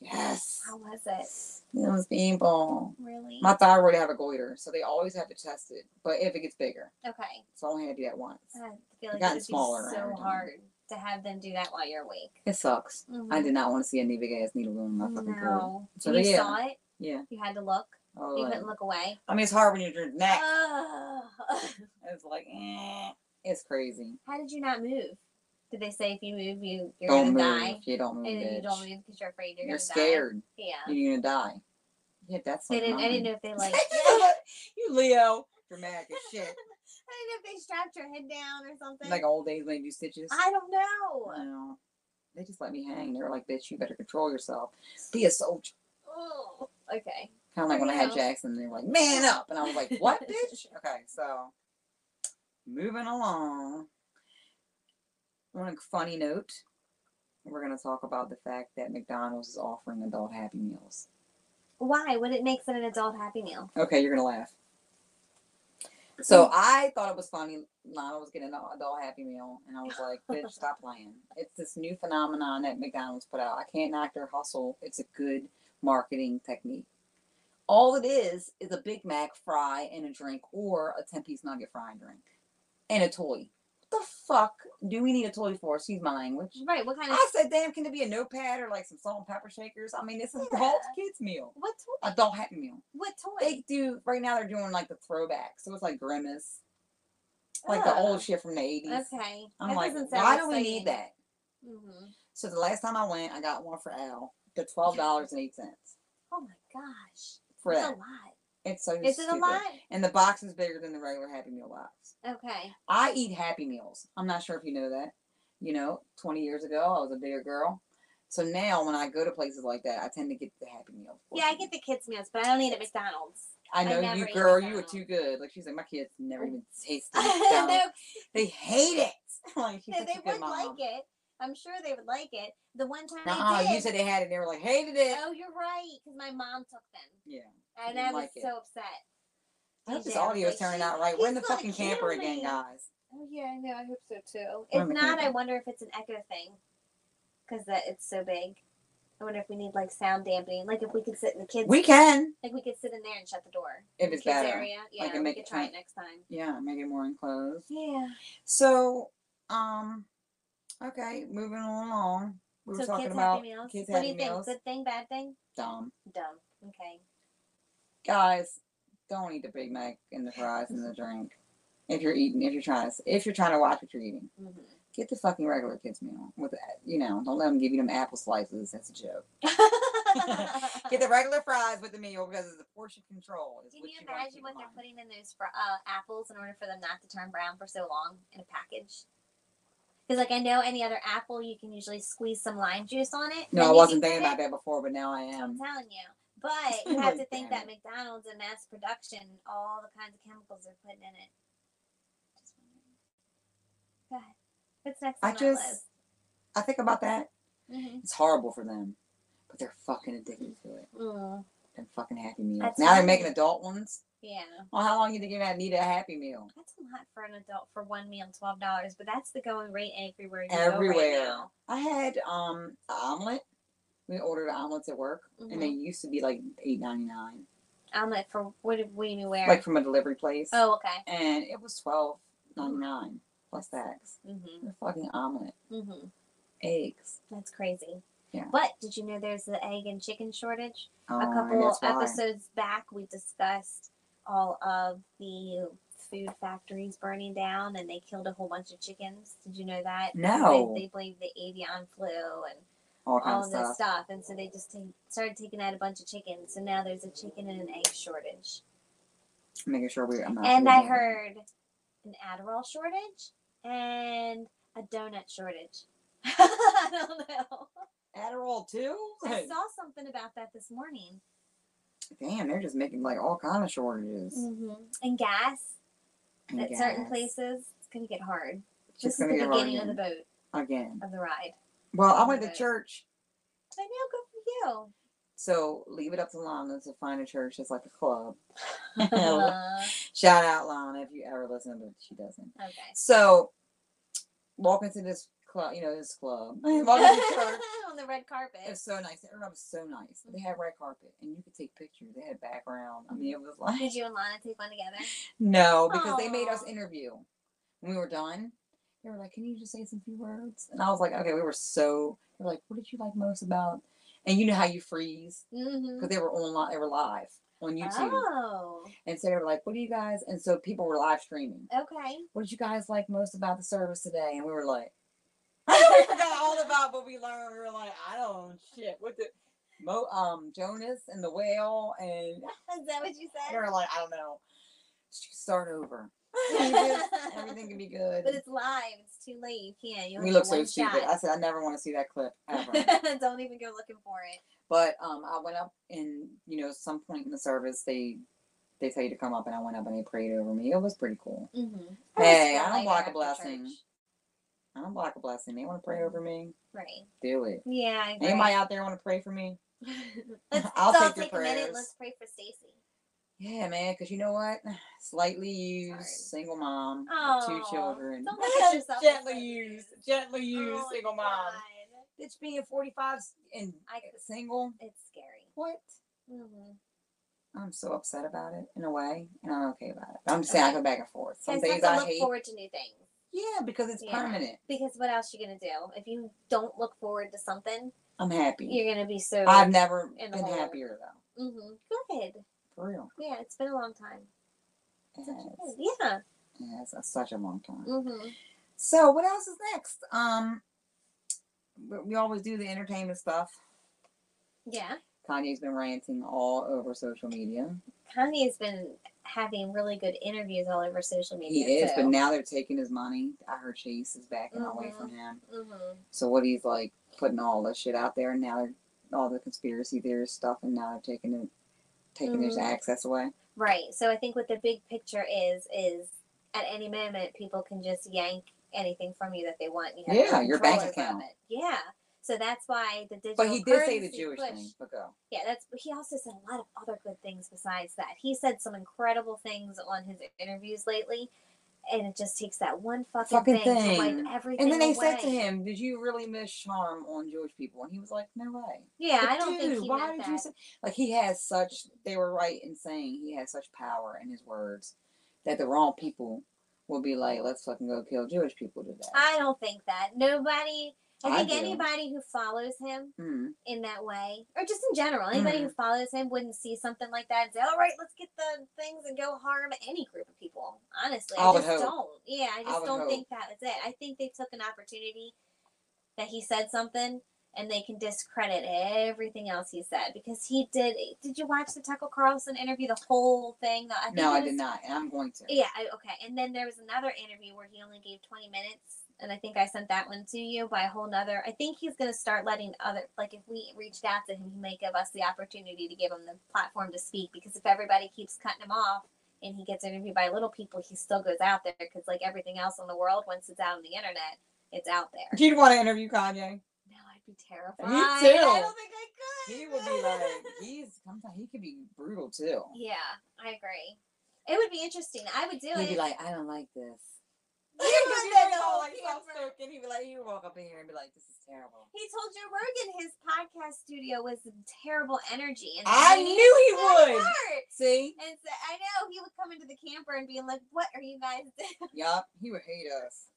Speaker 1: Yes.
Speaker 2: How was it?
Speaker 1: It was painful.
Speaker 2: Really?
Speaker 1: My thyroid have a goiter, so they always have to test it. But if it gets bigger,
Speaker 2: okay.
Speaker 1: so I only had to do that once.
Speaker 2: I feel like it
Speaker 1: gotten
Speaker 2: would be
Speaker 1: smaller
Speaker 2: so
Speaker 1: every time.
Speaker 2: hard to have them do that while you're awake.
Speaker 1: It sucks. I
Speaker 2: Mhm.
Speaker 1: did not want to see any big ass needle going in my fucking throat.
Speaker 2: No.
Speaker 1: So
Speaker 2: you
Speaker 1: yeah.
Speaker 2: saw it.
Speaker 1: Yeah.
Speaker 2: You had to look.
Speaker 1: Oh,
Speaker 2: You
Speaker 1: and-
Speaker 2: couldn't look away.
Speaker 1: I mean, it's hard when you're neck.
Speaker 2: Uh, Ugh.
Speaker 1: It's like, eh, it's crazy.
Speaker 2: How did you not move? Did they say if you move, you you're
Speaker 1: don't
Speaker 2: gonna
Speaker 1: move
Speaker 2: die?
Speaker 1: if you don't move.
Speaker 2: And if you
Speaker 1: bitch.
Speaker 2: don't move because you're afraid you're,
Speaker 1: you're
Speaker 2: gonna
Speaker 1: scared.
Speaker 2: die. Yeah.
Speaker 1: You're gonna die. Yeah, that's
Speaker 2: They
Speaker 1: something.
Speaker 2: didn't. I didn't know if they like.
Speaker 1: you Leo, dramatic as shit.
Speaker 2: I didn't know if they strapped your head down or something.
Speaker 1: Like old days when they do stitches.
Speaker 2: I don't know.
Speaker 1: No, they just let me hang. They were like, "Bitch, you better control yourself. Be a soldier."
Speaker 2: Oh, okay.
Speaker 1: Kind of like when I had
Speaker 2: Wow.
Speaker 1: Jackson. They were like, "Man up," and I was like, "What, bitch?" Okay, so moving along. On a funny note, we're gonna talk about the fact that McDonald's is offering adult Happy Meals.
Speaker 2: Why? What it makes it an adult happy meal?
Speaker 1: Okay, you're gonna laugh. So I thought it was funny. Lana was getting an adult Happy Meal, and I was like, "Bitch, stop lying!" It's this new phenomenon that McDonald's put out. I can't knock their hustle. It's a good marketing technique. All it is is a Big Mac fry and a drink, or a ten-piece nugget fry and drink, and a toy. What the fuck do we need a toy for? Excuse my language.
Speaker 2: Right. What kind of?
Speaker 1: I said, "Damn, can it be a notepad or like some salt and pepper shakers?" I mean, this is adult
Speaker 2: Yeah.
Speaker 1: kids meal,
Speaker 2: What toy?
Speaker 1: adult Happy Meal
Speaker 2: What toy?
Speaker 1: they do right now they're doing like the throwback so it's like grimace like the
Speaker 2: Oh.
Speaker 1: old shit from the 80s
Speaker 2: Okay.
Speaker 1: i'm
Speaker 2: That
Speaker 1: like
Speaker 2: doesn't sound
Speaker 1: why do we
Speaker 2: exciting.
Speaker 1: need that
Speaker 2: Mhm.
Speaker 1: so the last time i went i got one for al the $12.08
Speaker 2: Oh my gosh.
Speaker 1: for
Speaker 2: That's
Speaker 1: that
Speaker 2: a lot.
Speaker 1: it's so
Speaker 2: Is it a
Speaker 1: stupid.
Speaker 2: lot?
Speaker 1: and the box is bigger than the regular happy meal box
Speaker 2: Okay.
Speaker 1: i eat happy meals i'm not sure if you know that you know 20 years ago i was a bigger girl so now when i go to places like that i tend to get the happy meal
Speaker 2: Yeah, I get the kids meals, but I don't need a McDonald's.
Speaker 1: i
Speaker 2: I
Speaker 1: know
Speaker 2: never
Speaker 1: you
Speaker 2: eat
Speaker 1: girl you were
Speaker 2: McDonald's.
Speaker 1: too good like she's like my kids never even tasted
Speaker 2: no,
Speaker 1: McDonald's. They hate it. Like, she's
Speaker 2: they
Speaker 1: such
Speaker 2: they
Speaker 1: a good
Speaker 2: would like
Speaker 1: mom.
Speaker 2: it. I'm sure they would like it. The one time
Speaker 1: Nuh-uh,
Speaker 2: they did.
Speaker 1: you said they had it. They were like, hated it.
Speaker 2: oh, you're right, because my mom took them,
Speaker 1: Yeah.
Speaker 2: and
Speaker 1: didn't
Speaker 2: I was
Speaker 1: like it.
Speaker 2: so upset.
Speaker 1: I hope this
Speaker 2: did. I was
Speaker 1: audio is
Speaker 2: like,
Speaker 1: turning
Speaker 2: "She's-
Speaker 1: out right. We're in the
Speaker 2: he's gonna
Speaker 1: fucking
Speaker 2: kill
Speaker 1: camper again,
Speaker 2: me."
Speaker 1: guys.
Speaker 2: Oh yeah, I know. I hope so too. Oh,
Speaker 1: We're in
Speaker 2: If
Speaker 1: the
Speaker 2: not, I
Speaker 1: camper.
Speaker 2: wonder if it's an echo thing, because that it's so big. I wonder if we need like sound dampening, like if we could sit in the kids,
Speaker 1: We can.
Speaker 2: like we could sit in there and shut the door.
Speaker 1: If
Speaker 2: The
Speaker 1: it's
Speaker 2: kids
Speaker 1: better.
Speaker 2: area, yeah,
Speaker 1: and
Speaker 2: we
Speaker 1: make
Speaker 2: could
Speaker 1: it
Speaker 2: try
Speaker 1: tight.
Speaker 2: it next time.
Speaker 1: Yeah, make it more enclosed.
Speaker 2: Yeah.
Speaker 1: So, um, okay, moving along. We were
Speaker 2: so
Speaker 1: talking
Speaker 2: kids
Speaker 1: about
Speaker 2: happy meals.
Speaker 1: kids
Speaker 2: what
Speaker 1: happy
Speaker 2: do you think?
Speaker 1: meals.
Speaker 2: Good thing, bad thing?
Speaker 1: dumb.
Speaker 2: Dumb. Okay.
Speaker 1: Guys, don't eat the Big Mac and the fries and the drink. If you're eating, if you're trying to, if you're trying to watch what you're eating.
Speaker 2: hmm
Speaker 1: get the fucking regular kids meal with that. You know, don't let them give you them apple slices. That's a joke.
Speaker 2: Mm-hmm.
Speaker 1: Get the regular fries with the meal because it's the portion control. Is
Speaker 2: Can
Speaker 1: what
Speaker 2: you
Speaker 1: wanna
Speaker 2: imagine
Speaker 1: keep
Speaker 2: what
Speaker 1: in
Speaker 2: they're
Speaker 1: mind.
Speaker 2: putting in those fr- uh, apples in order for them not to turn brown for so long in a package? Because, like, I know any other apple, you can usually squeeze some lime juice on it.
Speaker 1: No, I
Speaker 2: and you
Speaker 1: wasn't
Speaker 2: can
Speaker 1: thinking
Speaker 2: put
Speaker 1: about
Speaker 2: it-
Speaker 1: that before, but now I am.
Speaker 2: I'm telling you. But you have to think
Speaker 1: Damn
Speaker 2: that McDonald's in mass production, all the kinds of chemicals they're putting in it. Just wondering. Go ahead. What's next on
Speaker 1: I just, I think about that.
Speaker 2: Mm-hmm.
Speaker 1: It's horrible for them, but they're fucking addicted to it.
Speaker 2: Mm,
Speaker 1: And fucking Happy Meals.
Speaker 2: That's
Speaker 1: now they're
Speaker 2: right.
Speaker 1: making adult ones.
Speaker 2: yeah.
Speaker 1: Well, how long you think you're gonna need a Happy Meal?
Speaker 2: That's a lot for an adult for one meal, twelve dollars. But that's the going rate everywhere. You Go right
Speaker 1: Everywhere.
Speaker 2: now.
Speaker 1: I had um an omelet. We ordered omelets at work,
Speaker 2: Mhm.
Speaker 1: and they used to be like eight ninety nine,
Speaker 2: I'm like for what did we knew where?
Speaker 1: like from a delivery place.
Speaker 2: oh, okay.
Speaker 1: and it was twelve ninety nine plus tax.
Speaker 2: Mhm.
Speaker 1: A fucking omelet,
Speaker 2: Mhm.
Speaker 1: eggs.
Speaker 2: That's crazy.
Speaker 1: Yeah.
Speaker 2: But did you know there's the egg and chicken shortage?
Speaker 1: Oh,
Speaker 2: A couple
Speaker 1: that's why.
Speaker 2: episodes back, we discussed all of the food factories burning down, and they killed a whole bunch of chickens. Did you know that?
Speaker 1: No.
Speaker 2: They, they blamed the avian flu and
Speaker 1: All
Speaker 2: all
Speaker 1: kinds of
Speaker 2: of
Speaker 1: stuff.
Speaker 2: this stuff, and so they just take, started taking out a bunch of chickens. So now there's a chicken and an egg shortage.
Speaker 1: Making sure we. I'm not
Speaker 2: And I
Speaker 1: forgetting.
Speaker 2: heard an Adderall shortage and a donut shortage. I don't know.
Speaker 1: Adderall too.
Speaker 2: I
Speaker 1: Like,
Speaker 2: saw something about that this morning.
Speaker 1: damn, they're just making like all kind of shortages.
Speaker 2: And gas
Speaker 1: Mm-hmm. And
Speaker 2: Mm, at certain
Speaker 1: gas.
Speaker 2: places, it's going to get hard.
Speaker 1: It's
Speaker 2: This
Speaker 1: just
Speaker 2: is
Speaker 1: gonna
Speaker 2: the
Speaker 1: get hard
Speaker 2: beginning
Speaker 1: again.
Speaker 2: of the boat,
Speaker 1: again.
Speaker 2: of the ride.
Speaker 1: Well, I went to
Speaker 2: Okay.
Speaker 1: church,
Speaker 2: I know, good
Speaker 1: so leave it up to Lana to find a church that's like a club.
Speaker 2: for you.
Speaker 1: Oh.
Speaker 2: Uh,
Speaker 1: Shout out Lana if you ever listen, but she doesn't.
Speaker 2: okay.
Speaker 1: So walk into this club, you know this club. Walk into church.
Speaker 2: On the red carpet.
Speaker 1: It was so nice. That room was so nice. They had red carpet, and you could take pictures. They had background. I mean, it was like
Speaker 2: Did you and Lana take one together?
Speaker 1: no, because they made us
Speaker 2: Aw.
Speaker 1: interview. When we were done, they were like, "Can you just say some few words?" And I was like, "Okay." We were so. They were like, "What did you like most about?" and you know how you freeze
Speaker 2: Mm-hmm.
Speaker 1: because they were online, they were live on YouTube,
Speaker 2: Oh,
Speaker 1: and so they were like, "What do you guys?" And so people were live streaming.
Speaker 2: okay.
Speaker 1: What did you guys like most about the service today? And we were like, we forgot all about what we learned. We were like, I don't shit. What the Mo, um Jonas and the whale and
Speaker 2: Is that what you
Speaker 1: we
Speaker 2: said?
Speaker 1: were like, I don't know. Just Start over. Everything can be good.
Speaker 2: But it's live. It's too late. You can't. You
Speaker 1: we
Speaker 2: only
Speaker 1: look
Speaker 2: get
Speaker 1: so
Speaker 2: one
Speaker 1: stupid. I
Speaker 2: shot.
Speaker 1: said I never want to see that clip ever.
Speaker 2: Don't even go looking for it.
Speaker 1: but um, I went up and you know some point in the service they they tell you to come up and I went up and they prayed over me. It was pretty cool.
Speaker 2: Mm-hmm.
Speaker 1: Hey, I don't block a blessing. I don't block a blessing. They want to pray over me.
Speaker 2: Right.
Speaker 1: Do it.
Speaker 2: Yeah. I agree.
Speaker 1: Anybody out there want to pray for me?
Speaker 2: let's
Speaker 1: I'll
Speaker 2: so
Speaker 1: take your
Speaker 2: I'll take a minute.
Speaker 1: prayers.
Speaker 2: Let's pray for Stacy.
Speaker 1: Yeah, man, because you know what? Slightly used,
Speaker 2: Sorry.
Speaker 1: single mom, with two
Speaker 2: Aw,
Speaker 1: children.
Speaker 2: don't look at yourself as
Speaker 1: gently
Speaker 2: slightly
Speaker 1: used,
Speaker 2: used.
Speaker 1: gently used,
Speaker 2: Oh,
Speaker 1: single mom.
Speaker 2: God.
Speaker 1: Bitch being 45 and
Speaker 2: I could-
Speaker 1: single.
Speaker 2: It's scary.
Speaker 1: What?
Speaker 2: Mm-hmm.
Speaker 1: I'm so upset about it in a way, and I'm okay about it. But I'm just saying I go back and forth. Some things I
Speaker 2: look
Speaker 1: hate.
Speaker 2: forward to new things.
Speaker 1: Yeah, because it's
Speaker 2: Yeah.
Speaker 1: permanent.
Speaker 2: Because what else you gonna do if you don't look forward to something?
Speaker 1: I'm happy.
Speaker 2: You're gonna be so.
Speaker 1: I've never
Speaker 2: in
Speaker 1: been
Speaker 2: the hole.
Speaker 1: happier though.
Speaker 2: hmm Good.
Speaker 1: For real.
Speaker 2: Yeah, it's been a long time.
Speaker 1: Yes.
Speaker 2: Such a good- Yeah.
Speaker 1: Yes, that's such a long time.
Speaker 2: Mm-hmm.
Speaker 1: So what else is next? Um, we- we always do the entertainment stuff.
Speaker 2: Yeah.
Speaker 1: Kanye's been ranting all over social media.
Speaker 2: Kanye's been having really good interviews all over social
Speaker 1: He
Speaker 2: media.
Speaker 1: is,
Speaker 2: too.
Speaker 1: but now they're taking his money. I heard Chase is backing away
Speaker 2: Mhm.
Speaker 1: from him.
Speaker 2: Mhm.
Speaker 1: So what he's like putting all this shit out there, and now they're, all the conspiracy theorist stuff, and now they're taking it, taking his
Speaker 2: Mhm.
Speaker 1: access away.
Speaker 2: Right. So I think what the big picture is is at any moment people can just yank anything from you that they want. You have
Speaker 1: Yeah,
Speaker 2: no
Speaker 1: your
Speaker 2: control
Speaker 1: bank
Speaker 2: over
Speaker 1: account.
Speaker 2: it. Yeah. So that's why the digital.
Speaker 1: But he did say the
Speaker 2: currency
Speaker 1: Jewish
Speaker 2: push-
Speaker 1: thing. But go.
Speaker 2: Yeah, that's. But he also said a lot of other good things besides that. He said some incredible things on his interviews lately, and it just takes that one fucking,
Speaker 1: Fucking
Speaker 2: thing, to
Speaker 1: thing.
Speaker 2: wipe everything
Speaker 1: And then they
Speaker 2: away.
Speaker 1: said to him, "Did you really miss charm on Jewish people?" And he was like, "No way."
Speaker 2: "Yeah,
Speaker 1: But
Speaker 2: I don't think
Speaker 1: dude,
Speaker 2: he
Speaker 1: why
Speaker 2: meant
Speaker 1: did
Speaker 2: that."
Speaker 1: you say like he has such they were right in saying he has such power in his words that the wrong people will be like, let's fucking go kill Jewish people today.
Speaker 2: I don't think that nobody. I
Speaker 1: I
Speaker 2: think
Speaker 1: do.
Speaker 2: anybody who follows him
Speaker 1: mm.
Speaker 2: in that way, or just in general. Anybody who follows him wouldn't see something like that and say, "All right, let's get the things and go harm any group of people." Honestly, I,
Speaker 1: I would
Speaker 2: just
Speaker 1: hope.
Speaker 2: don't. Yeah, I just
Speaker 1: would
Speaker 2: don't
Speaker 1: hope.
Speaker 2: think that was it. I think they took an opportunity that he said something and they can discredit everything else he said because he did. Did you watch the Tucker Carlson interview? The whole thing. I think
Speaker 1: No,
Speaker 2: it
Speaker 1: I
Speaker 2: was-
Speaker 1: did not, and I'm going to.
Speaker 2: yeah, I, okay. And then there was another interview where he only gave 20 minutes, and I think I sent that one to you by a whole nother. I think he's going to start letting other, like, if we reached out to him, he may give us the opportunity to give him the platform to speak because if everybody keeps cutting him off and he gets interviewed by little people, he still goes out there because, like, everything else in the world, once it's out on the internet, it's out there.
Speaker 1: Do you want to interview Kanye?
Speaker 2: No, I'd be terrified.
Speaker 1: too.
Speaker 2: I don't think I could.
Speaker 1: He would be like, he's sometimes he could be brutal too.
Speaker 2: yeah, I agree. It would be interesting. I would do
Speaker 1: He'd
Speaker 2: it.
Speaker 1: be like, I don't like this.
Speaker 2: He
Speaker 1: He'd
Speaker 2: would
Speaker 1: be
Speaker 2: do the
Speaker 1: all
Speaker 2: whole
Speaker 1: like "Oh,
Speaker 2: camera.
Speaker 1: soft-spoken. He'd be like, he'd walk up in here and be like, this is terrible.
Speaker 2: He told Joe Rogan his podcast studio was terrible energy, and
Speaker 1: I
Speaker 2: he
Speaker 1: knew he
Speaker 2: was
Speaker 1: would.
Speaker 2: hurt.
Speaker 1: See?
Speaker 2: And so, I know he would come into the camper and be like, "What are you guys doing
Speaker 1: Yup, he would hate us.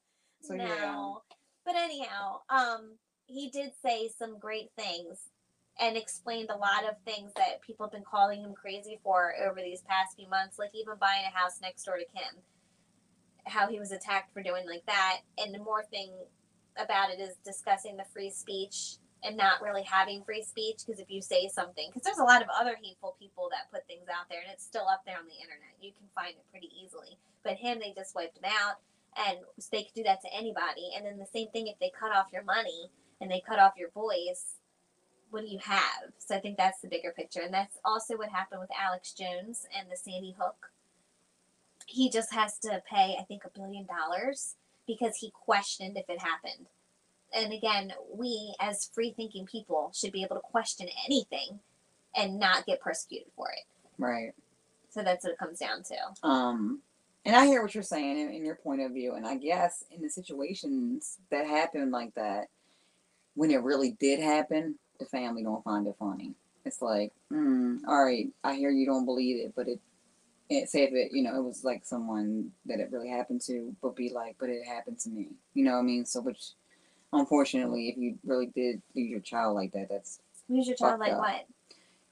Speaker 1: So yeah.
Speaker 2: now?" But anyhow, um, he did say some great things and explained a lot of things that people have been calling him crazy for over these past few months, like even buying a house next door to Kim, how he was attacked for doing like that, and the more thing about it is discussing the free speech and not really having free speech because if you say something, because there's a lot of other hateful people that put things out there and it's still up there on the internet, you can find it pretty easily. But him, they just wiped him out, and they could do that to anybody. And then the same thing if they cut off your money and they cut off your voice, what do you have? So I think that's the bigger picture, and that's also what happened with Alex Jones and the Sandy Hook. He just has to pay, I think, a billion dollars because he questioned if it happened and again, we as free thinking people should be able to question anything and not get persecuted for it.
Speaker 1: Right.
Speaker 2: So that's what it comes down to.
Speaker 1: Um, and I hear what you're saying and, and your point of view, and I guess in the situations that happen like that, when it really did happen, the family don't find it funny. It's like, mm, all right, I hear you don't believe it, but it, it say if it, you know, it was like someone that it really happened to, but be like, but it happened to me. You know what I mean? So which, unfortunately, if you really did lose your child like that, that's
Speaker 2: Who's your child
Speaker 1: Fucked
Speaker 2: like
Speaker 1: up.
Speaker 2: what?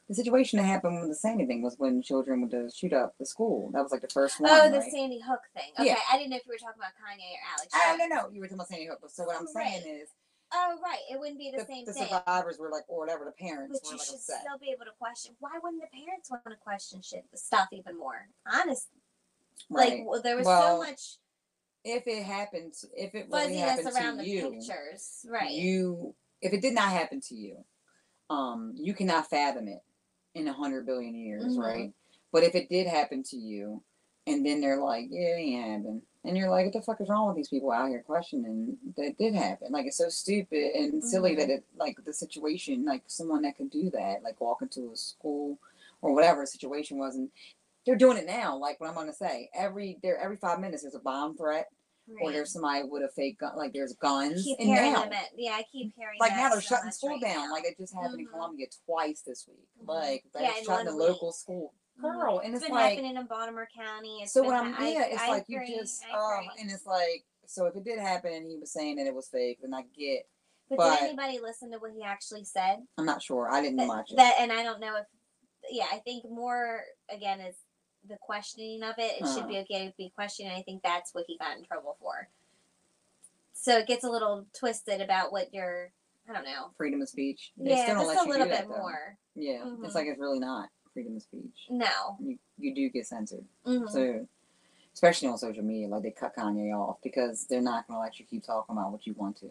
Speaker 1: The situation that happened with the Sandy thing was when children would uh, shoot up the school. That was like the first one.
Speaker 2: Oh, the
Speaker 1: right?
Speaker 2: Sandy Hook thing. Okay,
Speaker 1: Yeah.
Speaker 2: I didn't know if you were talking about Kanye or Alex.
Speaker 1: I don't know. You were talking about Sandy Hook. So what I'm
Speaker 2: Right.
Speaker 1: saying is,
Speaker 2: Oh, right. It wouldn't be the,
Speaker 1: the,
Speaker 2: same
Speaker 1: the
Speaker 2: thing.
Speaker 1: survivors were like, or whatever, the parents
Speaker 2: But
Speaker 1: were
Speaker 2: you
Speaker 1: like
Speaker 2: should
Speaker 1: upset.
Speaker 2: still be able to question. Why wouldn't the parents want to question shit stuff even more? Honest,
Speaker 1: Right.
Speaker 2: like well, there was
Speaker 1: Well,
Speaker 2: so much
Speaker 1: if it happened, if it really
Speaker 2: fuzziness
Speaker 1: happened
Speaker 2: around
Speaker 1: to
Speaker 2: the
Speaker 1: you,
Speaker 2: pictures, right?
Speaker 1: you, if it did not happen to you, um, you cannot fathom it in a hundred billion years,
Speaker 2: Mhm.
Speaker 1: right? But if it did happen to you, and then they're like, "Yeah, it ain't happened," and you're like, "What the fuck is wrong with these people out here questioning that did happen?" Like it's so stupid and silly
Speaker 2: Mhm.
Speaker 1: that it, like the situation, like someone that could do that, like walk into a school or whatever the situation was, and they're doing it now. Like what I'm gonna say, every there every five minutes there's a bomb threat or
Speaker 2: right.
Speaker 1: there's somebody with a fake gun. Like there's
Speaker 2: I
Speaker 1: guns,
Speaker 2: keep
Speaker 1: and
Speaker 2: hearing
Speaker 1: now,
Speaker 2: them at, yeah, I keep hearing
Speaker 1: like
Speaker 2: that
Speaker 1: now they're
Speaker 2: so
Speaker 1: shutting
Speaker 2: much
Speaker 1: school
Speaker 2: right
Speaker 1: down.
Speaker 2: now.
Speaker 1: Like it just happened in
Speaker 2: Mhm.
Speaker 1: Columbia twice this week.
Speaker 2: Mhm.
Speaker 1: Like
Speaker 2: Yeah,
Speaker 1: they're
Speaker 2: in
Speaker 1: shutting the
Speaker 2: one
Speaker 1: local school.
Speaker 2: Mhm.
Speaker 1: Girl, and
Speaker 2: it's
Speaker 1: it's
Speaker 2: been
Speaker 1: like
Speaker 2: happening in Baltimore County. It's
Speaker 1: so
Speaker 2: been
Speaker 1: what I'm
Speaker 2: ha- I-
Speaker 1: yeah, it's
Speaker 2: I
Speaker 1: like
Speaker 2: agree,
Speaker 1: you just
Speaker 2: I
Speaker 1: oh,
Speaker 2: agree.
Speaker 1: and it's like so if it did happen and he was saying that it was fake, then I get.
Speaker 2: But,
Speaker 1: but-
Speaker 2: did anybody listen to what he actually said?
Speaker 1: I'm not sure. I didn't
Speaker 2: That,
Speaker 1: watch it.
Speaker 2: that- and I don't know if yeah, I think more again is the questioning of it. It
Speaker 1: Uh-huh.
Speaker 2: should be okay to be questioned. and I think that's what he got in trouble for. So it gets a little twisted about what your I don't know.
Speaker 1: freedom of speech. They
Speaker 2: yeah,
Speaker 1: still don't
Speaker 2: just
Speaker 1: let
Speaker 2: a
Speaker 1: you
Speaker 2: little
Speaker 1: do
Speaker 2: bit
Speaker 1: that, though.
Speaker 2: more.
Speaker 1: Yeah,
Speaker 2: Mhm.
Speaker 1: it's like it's really not freedom of speech.
Speaker 2: No.
Speaker 1: You you do get censored.
Speaker 2: Mhm.
Speaker 1: So, especially on social media, like they cut Kanye off because they're not gonna let you keep talking about what you want to.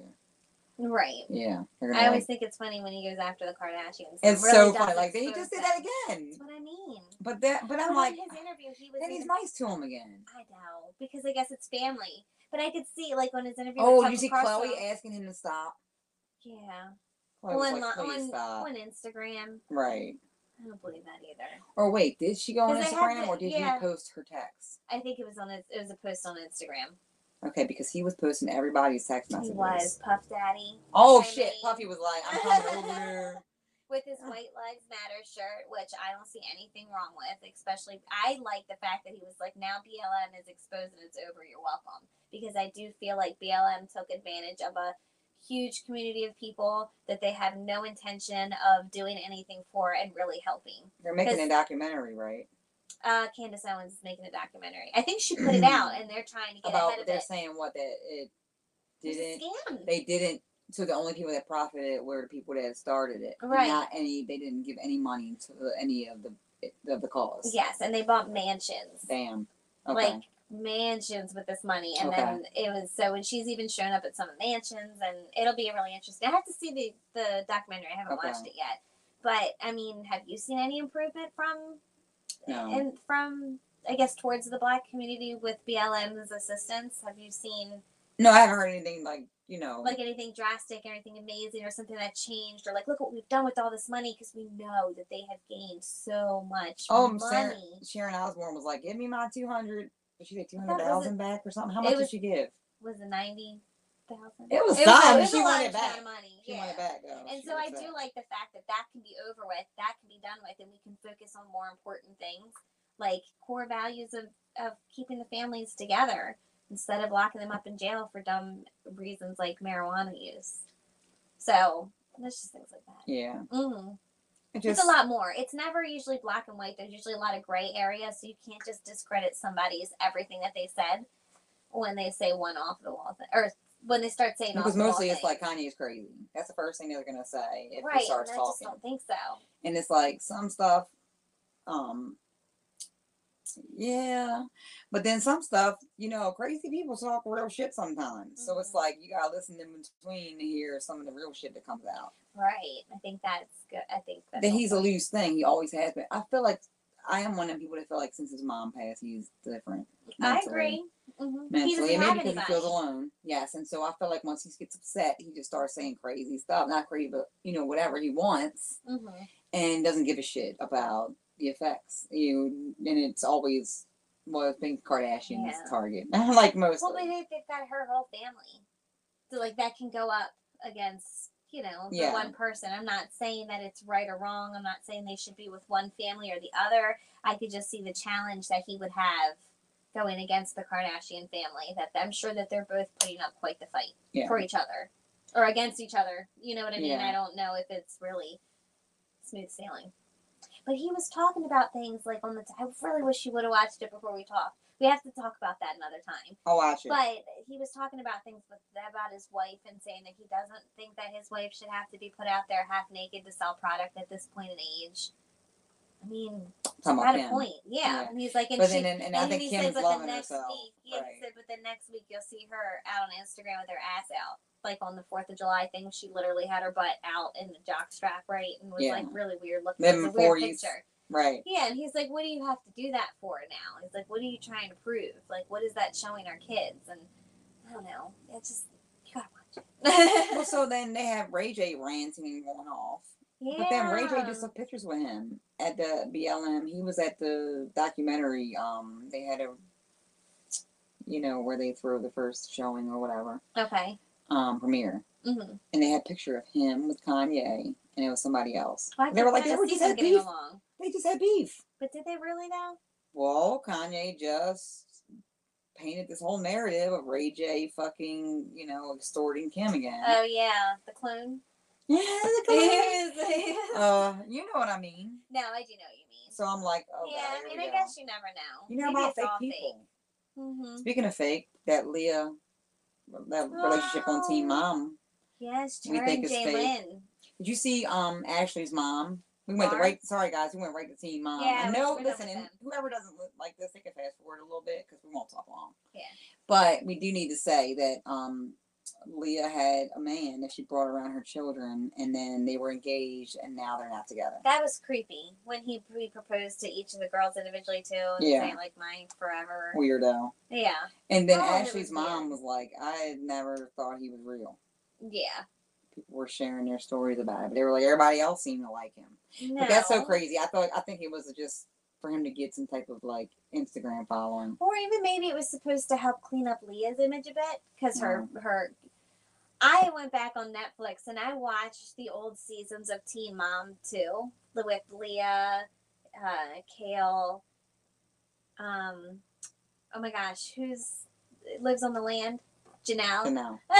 Speaker 2: Right.
Speaker 1: Yeah, they're gonna
Speaker 2: I
Speaker 1: like,
Speaker 2: always think it's funny when he goes after the Kardashians. It
Speaker 1: it's so
Speaker 2: really does
Speaker 1: funny. Like he
Speaker 2: expose
Speaker 1: just did that again.
Speaker 2: That's what I mean.
Speaker 1: But that, but
Speaker 2: But
Speaker 1: I'm like,
Speaker 2: in his interview, he was
Speaker 1: then
Speaker 2: in
Speaker 1: he's nice to him again.
Speaker 2: I know because I guess it's family. But I could see like on his interview. with
Speaker 1: Oh,
Speaker 2: Tucker
Speaker 1: you see
Speaker 2: Carlson-
Speaker 1: Chloe asking him to stop.
Speaker 2: Yeah.
Speaker 1: Chloe was
Speaker 2: On,
Speaker 1: like,
Speaker 2: li-
Speaker 1: please
Speaker 2: on,
Speaker 1: stop.
Speaker 2: on Instagram.
Speaker 1: Right.
Speaker 2: I don't believe that either.
Speaker 1: Or wait, did she go on
Speaker 2: 'Cause they have
Speaker 1: Instagram
Speaker 2: the-
Speaker 1: or did
Speaker 2: yeah.
Speaker 1: you post her text?
Speaker 2: I think it was on his, it was a post on Instagram.
Speaker 1: Okay, because he was posting everybody's text
Speaker 2: He
Speaker 1: messages.
Speaker 2: was Puff Daddy
Speaker 1: Oh
Speaker 2: I
Speaker 1: shit,
Speaker 2: mean-
Speaker 1: Puffy was like, I'm coming over here.
Speaker 2: with his White Lives Matter shirt, which I don't see anything wrong with. Especially, I like the fact that he was like, now BLM is exposed and it's over. You're welcome. Because I do feel like BLM took advantage of a huge community of people that they have no intention of doing anything for and really helping.
Speaker 1: They're making
Speaker 2: Because-
Speaker 1: a documentary, right?
Speaker 2: Uh, Candace Owens is making a documentary. I think she put it out, and they're trying to get
Speaker 1: About
Speaker 2: ahead of
Speaker 1: they're
Speaker 2: it.
Speaker 1: saying what that it
Speaker 2: It's a
Speaker 1: didn't
Speaker 2: scam.
Speaker 1: they didn't so the only people that profited were the people that started it and
Speaker 2: Right.
Speaker 1: not any they didn't give any money to any of the of the cause
Speaker 2: Yes, and they bought mansions.
Speaker 1: damn okay
Speaker 2: like mansions with this money and
Speaker 1: Okay.
Speaker 2: then it was so when she's even shown up at some mansions and it'll be really interesting i have to see the the documentary i haven't
Speaker 1: Okay.
Speaker 2: watched it yet but i mean have you seen any improvement from
Speaker 1: no
Speaker 2: and from i guess towards the black community with blm's assistance have you seen
Speaker 1: no i haven't heard anything like you know
Speaker 2: like anything drastic or anything amazing or something that changed or like look what we've done with all this money because we know that they have gained so much
Speaker 1: Oh, I'm saying-
Speaker 2: money
Speaker 1: sharon osbourne was like give me my 200 did she get
Speaker 2: thought it was
Speaker 1: 200000 back or something how much
Speaker 2: was-
Speaker 1: did she give
Speaker 2: was it 90000
Speaker 1: It was
Speaker 2: a-
Speaker 1: some,
Speaker 2: it was
Speaker 1: she
Speaker 2: a
Speaker 1: wanted
Speaker 2: large
Speaker 1: it back.
Speaker 2: amount of money
Speaker 1: she
Speaker 2: yeah.
Speaker 1: wanted back though
Speaker 2: And
Speaker 1: She
Speaker 2: so I
Speaker 1: was
Speaker 2: do
Speaker 1: upset.
Speaker 2: like the fact that that can be over with, that can be done with, and we can focus on more important things like core values of, of keeping the families together instead of locking them up in jail for dumb reasons like marijuana use. So there's just things like that.
Speaker 1: yeah
Speaker 2: Mm.
Speaker 1: it
Speaker 2: It's a lot more. It's never usually black and white. There's usually a lot of gray area, so you can't just discredit somebody's everything that they said when they say one off the wall thing, or when they start saying off
Speaker 1: because
Speaker 2: the wall
Speaker 1: mostly it's like
Speaker 2: things.
Speaker 1: Kanye's crazy. That's the first thing they're gonna say if
Speaker 2: right,
Speaker 1: he starts
Speaker 2: and I just
Speaker 1: talking.
Speaker 2: don't think so.
Speaker 1: and it's like some stuff um yeah but then some stuff you know crazy people talk real shit sometimes so
Speaker 2: Mhm.
Speaker 1: it's like you gotta listen in between to hear some of the real shit that comes out
Speaker 2: Right. I think that's good. I think that's
Speaker 1: that he's a
Speaker 2: also-
Speaker 1: loose thing he always has been i feel like i am one of the people that feel like since his mom passed he's different
Speaker 2: I
Speaker 1: mentally.
Speaker 2: agree. Mm-hmm. He
Speaker 1: mentally
Speaker 2: doesn't
Speaker 1: and maybe
Speaker 2: have
Speaker 1: because he
Speaker 2: anybody.
Speaker 1: feels alone yes and so i feel like once he gets upset he just starts saying crazy stuff not crazy but you know whatever he wants
Speaker 2: Mhm.
Speaker 1: and doesn't give a shit about the effects. You and it's always well, I think Kardashian's
Speaker 2: Yeah.
Speaker 1: target. like most.
Speaker 2: Well, but they, they've got her whole family, so like that can go up against you know the
Speaker 1: Yeah.
Speaker 2: one person. I'm not saying that it's right or wrong. I'm not saying they should be with one family or the other. I could just see the challenge that he would have going against the Kardashian family. That I'm sure that they're both putting up quite the fight
Speaker 1: Yeah.
Speaker 2: for each other or against each other. You know what I mean?
Speaker 1: Yeah.
Speaker 2: I don't know if it's really smooth sailing. But he was talking about things like on the. I really wish you would have watched it before we talked. We have to talk about that another time.
Speaker 1: I'll watch it.
Speaker 2: But he was talking about things with about his wife and saying that he doesn't think that his wife should have to be put out there half naked to sell product at this point in age. I mean,
Speaker 1: Talking about
Speaker 2: at a
Speaker 1: him.
Speaker 2: point, yeah.
Speaker 1: Yeah.
Speaker 2: And he's like, and
Speaker 1: But
Speaker 2: she,
Speaker 1: then, and, and I think
Speaker 2: he
Speaker 1: Kim's
Speaker 2: said, but the
Speaker 1: loving
Speaker 2: next
Speaker 1: herself.
Speaker 2: week, yeah,
Speaker 1: right.
Speaker 2: he said, but the next week you'll see her out on Instagram with her ass out. Like on the Fourth of July thing, she literally had her butt out in the jock strap, right, and was
Speaker 1: Yeah.
Speaker 2: like really weird looking.
Speaker 1: Them
Speaker 2: It's a weird
Speaker 1: 40s.
Speaker 2: picture.
Speaker 1: right.
Speaker 2: Yeah, and he's like, "What do you have to do that for now?" He's like, "What are you trying to prove? Like, what is that showing our kids?" And I don't know. It's just you gotta watch
Speaker 1: Well,
Speaker 2: it.
Speaker 1: so then they have Ray J ranting and going off.
Speaker 2: yeah.
Speaker 1: But then Ray J just took pictures with him at the BLM. He was at the documentary. Um, they had a, you know, where they throw the first showing or whatever,
Speaker 2: okay.
Speaker 1: um, premiere,
Speaker 2: Mm-hmm.
Speaker 1: and they had a picture of him with Kanye, and it was somebody else.
Speaker 2: I
Speaker 1: they were
Speaker 2: could
Speaker 1: like, they
Speaker 2: kinda
Speaker 1: were
Speaker 2: see
Speaker 1: just
Speaker 2: them
Speaker 1: had
Speaker 2: getting
Speaker 1: beef.
Speaker 2: along.
Speaker 1: They just had beef.
Speaker 2: But did they really though?
Speaker 1: Well, Kanye just painted this whole narrative of Ray J fucking, you know, extorting Kim again.
Speaker 2: Oh yeah, the clone.
Speaker 1: yeah, look
Speaker 2: no,
Speaker 1: at him.
Speaker 2: I
Speaker 1: uh, you know what I mean.
Speaker 2: do know what you mean.
Speaker 1: So I'm like, oh,
Speaker 2: yeah, I mean, I guess you never know.
Speaker 1: you know
Speaker 2: Maybe
Speaker 1: about
Speaker 2: it's
Speaker 1: fake
Speaker 2: all
Speaker 1: people.
Speaker 2: Mm-hmm.
Speaker 1: Speaking of fake, that Leah, that relationship on Team
Speaker 2: Oh.
Speaker 1: Mom.
Speaker 2: Yes,
Speaker 1: We
Speaker 2: Tara
Speaker 1: think
Speaker 2: and
Speaker 1: it's
Speaker 2: Jay
Speaker 1: fake.
Speaker 2: Lynn.
Speaker 1: Did you see um Ashley's mom? We went to
Speaker 2: Barb?
Speaker 1: right. Sorry guys, we went right to Team Mom.
Speaker 2: Yeah,
Speaker 1: And
Speaker 2: we-
Speaker 1: no,
Speaker 2: we're done
Speaker 1: listen,
Speaker 2: with
Speaker 1: and
Speaker 2: them.
Speaker 1: whoever doesn't look like this, they can fast forward a little bit because we won't talk long.
Speaker 2: Yeah.
Speaker 1: But we do need to say that um Leah had a man that she brought around her children, and then they were engaged, and now they're not together.
Speaker 2: That was creepy when he he proposed to each of the girls individually too, and
Speaker 1: Yeah.
Speaker 2: saying like mine forever.
Speaker 1: Weirdo.
Speaker 2: Yeah,
Speaker 1: And then
Speaker 2: Oh, that
Speaker 1: Ashley's
Speaker 2: was
Speaker 1: mom
Speaker 2: weird.
Speaker 1: was like, I never thought he was real.
Speaker 2: yeah.
Speaker 1: People were sharing their stories about it, but they were like, everybody else seemed to like him.
Speaker 2: No.
Speaker 1: But that's so crazy. I thought I think it was just for him to get some type of like Instagram following.
Speaker 2: Or even maybe it was supposed to help clean up Leah's image a bit because her
Speaker 1: Mm-hmm.
Speaker 2: her. I went back on Netflix and I watched the old seasons of Teen Mom too, the with Leah, uh, Kale. Um, oh my gosh, who's lives on the land? Janelle.
Speaker 1: And now,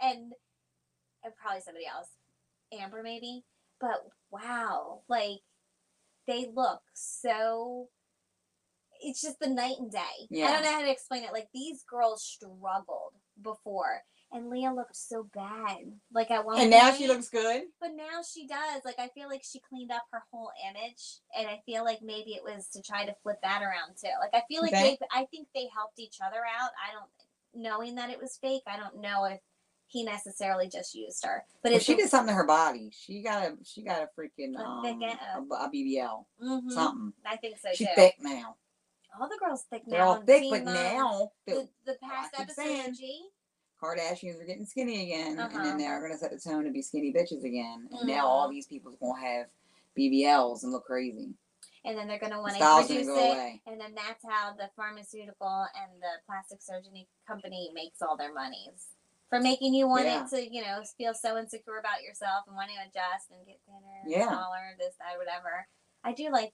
Speaker 2: and and probably somebody else, Amber maybe. But wow, like they look so. It's just the night and day. I
Speaker 1: Yeah.
Speaker 2: don't know how to explain it. Like these girls struggled before, and Leah looked so bad. Like at one
Speaker 1: and now
Speaker 2: point-
Speaker 1: she looks good.
Speaker 2: but now she does. Like I feel like she cleaned up her whole image, and I feel like maybe it was to try to flip that around too. Like I feel like
Speaker 1: Okay.
Speaker 2: they, I think they helped each other out. I don't knowing that it was fake. I don't know if he necessarily just used her, but
Speaker 1: Well,
Speaker 2: it's
Speaker 1: she did something to her body. She got a she got a freaking
Speaker 2: A
Speaker 1: um,
Speaker 2: thick
Speaker 1: a,
Speaker 2: ass.
Speaker 1: a BBL
Speaker 2: Mhm.
Speaker 1: something.
Speaker 2: I think so
Speaker 1: She's
Speaker 2: too.
Speaker 1: thick now.
Speaker 2: All the girls thick
Speaker 1: They're
Speaker 2: now.
Speaker 1: all
Speaker 2: and
Speaker 1: thick,
Speaker 2: Team
Speaker 1: but
Speaker 2: Mom-
Speaker 1: now the
Speaker 2: the, the past
Speaker 1: keep
Speaker 2: episode
Speaker 1: saying.
Speaker 2: of G.
Speaker 1: Kardashians are getting skinny again, and
Speaker 2: Uh-huh. Mm-hmm.
Speaker 1: then they're gonna set the tone to be skinny bitches again. And now all these people's gonna have BBLs and look crazy.
Speaker 2: and then they're going to want
Speaker 1: style's
Speaker 2: to
Speaker 1: gonna
Speaker 2: reduce
Speaker 1: go
Speaker 2: it.
Speaker 1: away.
Speaker 2: And then that's how the pharmaceutical and the plastic surgery company makes all their monies for making you want
Speaker 1: Yeah.
Speaker 2: it to, you know, feel so insecure about yourself and want to adjust and get thinner,
Speaker 1: Yeah.
Speaker 2: smaller, this, that, whatever. I do like.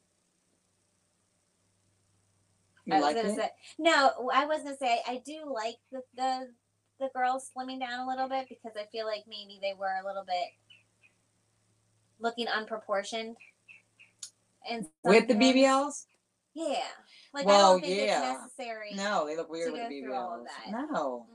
Speaker 1: You
Speaker 2: I was
Speaker 1: like
Speaker 2: gonna
Speaker 1: it?
Speaker 2: say no. I was gonna say I do like the the the girls slimming down a little bit because I feel like maybe they were a little bit looking unproportioned. And
Speaker 1: With the
Speaker 2: sometimes-
Speaker 1: BBLs?
Speaker 2: yeah. Like I
Speaker 1: Well,
Speaker 2: don't think
Speaker 1: yeah.
Speaker 2: it's necessary.
Speaker 1: No, they look weird
Speaker 2: to
Speaker 1: with
Speaker 2: go
Speaker 1: the
Speaker 2: through all
Speaker 1: BBLs.
Speaker 2: of that.
Speaker 1: No,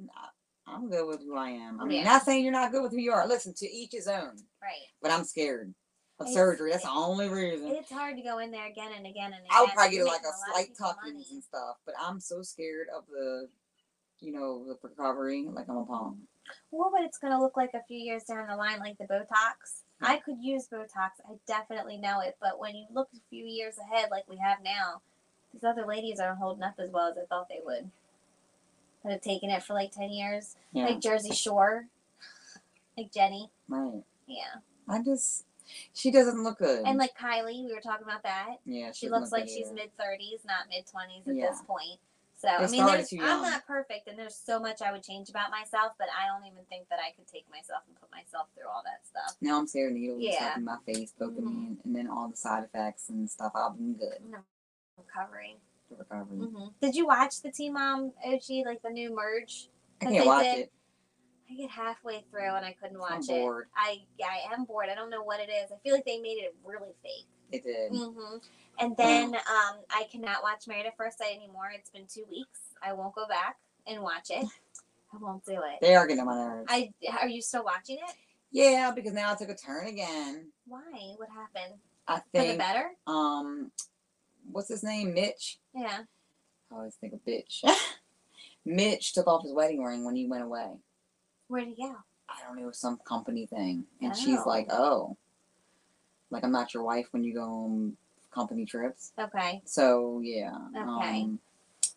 Speaker 2: Mhm.
Speaker 1: I- I'm good with who I am. I mean,
Speaker 2: Yeah.
Speaker 1: not saying you're not good with who you are. Listen, to each his own.
Speaker 2: Right.
Speaker 1: But I'm scared of
Speaker 2: It's-
Speaker 1: surgery. That's the only reason.
Speaker 2: It's hard to go in there again and again and again.
Speaker 1: I would probably get
Speaker 2: It's
Speaker 1: like
Speaker 2: making lot
Speaker 1: a
Speaker 2: of
Speaker 1: slight
Speaker 2: people
Speaker 1: tuckings
Speaker 2: money.
Speaker 1: and stuff. But I'm so scared of the, you know, the recovery. Like I'm a palm.
Speaker 2: Or what it's going to look like a few years down the line, like the Botox.
Speaker 1: Mhm.
Speaker 2: I could use Botox. I definitely know it. But when you look a few years ahead, like we have now, these other ladies aren't holding up as well as I thought they would. That have taken it for like 10 years.
Speaker 1: Yeah,
Speaker 2: Like Jersey Shore. Like Jenny.
Speaker 1: right.
Speaker 2: Yeah.
Speaker 1: I just, she doesn't look good.
Speaker 2: And like Kylie, we were talking about that.
Speaker 1: yeah,
Speaker 2: She
Speaker 1: doesn't
Speaker 2: looks
Speaker 1: look
Speaker 2: like
Speaker 1: good
Speaker 2: she's
Speaker 1: either.
Speaker 2: mid thirties, not mid twenties at
Speaker 1: Yeah.
Speaker 2: this point. So I
Speaker 1: They
Speaker 2: mean,
Speaker 1: started
Speaker 2: there's,
Speaker 1: too
Speaker 2: I'm
Speaker 1: young.
Speaker 2: not perfect, and there's so much I would change about myself, but I don't even think that I could take myself and put myself through all that stuff.
Speaker 1: Now I'm scared of needles and
Speaker 2: Yeah. Mm-hmm.
Speaker 1: stuff in my face poking me, and, and then all the side effects and stuff. I've been good.
Speaker 2: I'm recovering.
Speaker 1: The
Speaker 2: Mm-hmm.
Speaker 1: recovery.
Speaker 2: hmm Did you watch the T Mom OG like the new merge?
Speaker 1: I
Speaker 2: But
Speaker 1: can't
Speaker 2: they
Speaker 1: watch
Speaker 2: did-
Speaker 1: it.
Speaker 2: I get halfway through and I couldn't watch
Speaker 1: I'm
Speaker 2: it.
Speaker 1: bored.
Speaker 2: I I am bored. I don't know what it is. I feel like they made it really fake.
Speaker 1: They did.
Speaker 2: hmm And then um, I cannot watch Married at First Sight anymore. It's been two weeks. I won't go back and watch it. I won't do it.
Speaker 1: They are getting on my nerves.
Speaker 2: I are you still watching it?
Speaker 1: yeah, because now it took a turn again.
Speaker 2: Why? What happened?
Speaker 1: I
Speaker 2: For the
Speaker 1: think.
Speaker 2: better?
Speaker 1: Um, what's his name? Mitch.
Speaker 2: Yeah.
Speaker 1: I always think of bitch. Mitch took off his wedding ring when he went away.
Speaker 2: Where would he go?
Speaker 1: I don't know, it was some company thing. And she's
Speaker 2: Oh.
Speaker 1: like, oh, like I'm not your wife when you go on company trips.
Speaker 2: Okay.
Speaker 1: So yeah.
Speaker 2: Okay. Mm,
Speaker 1: Um,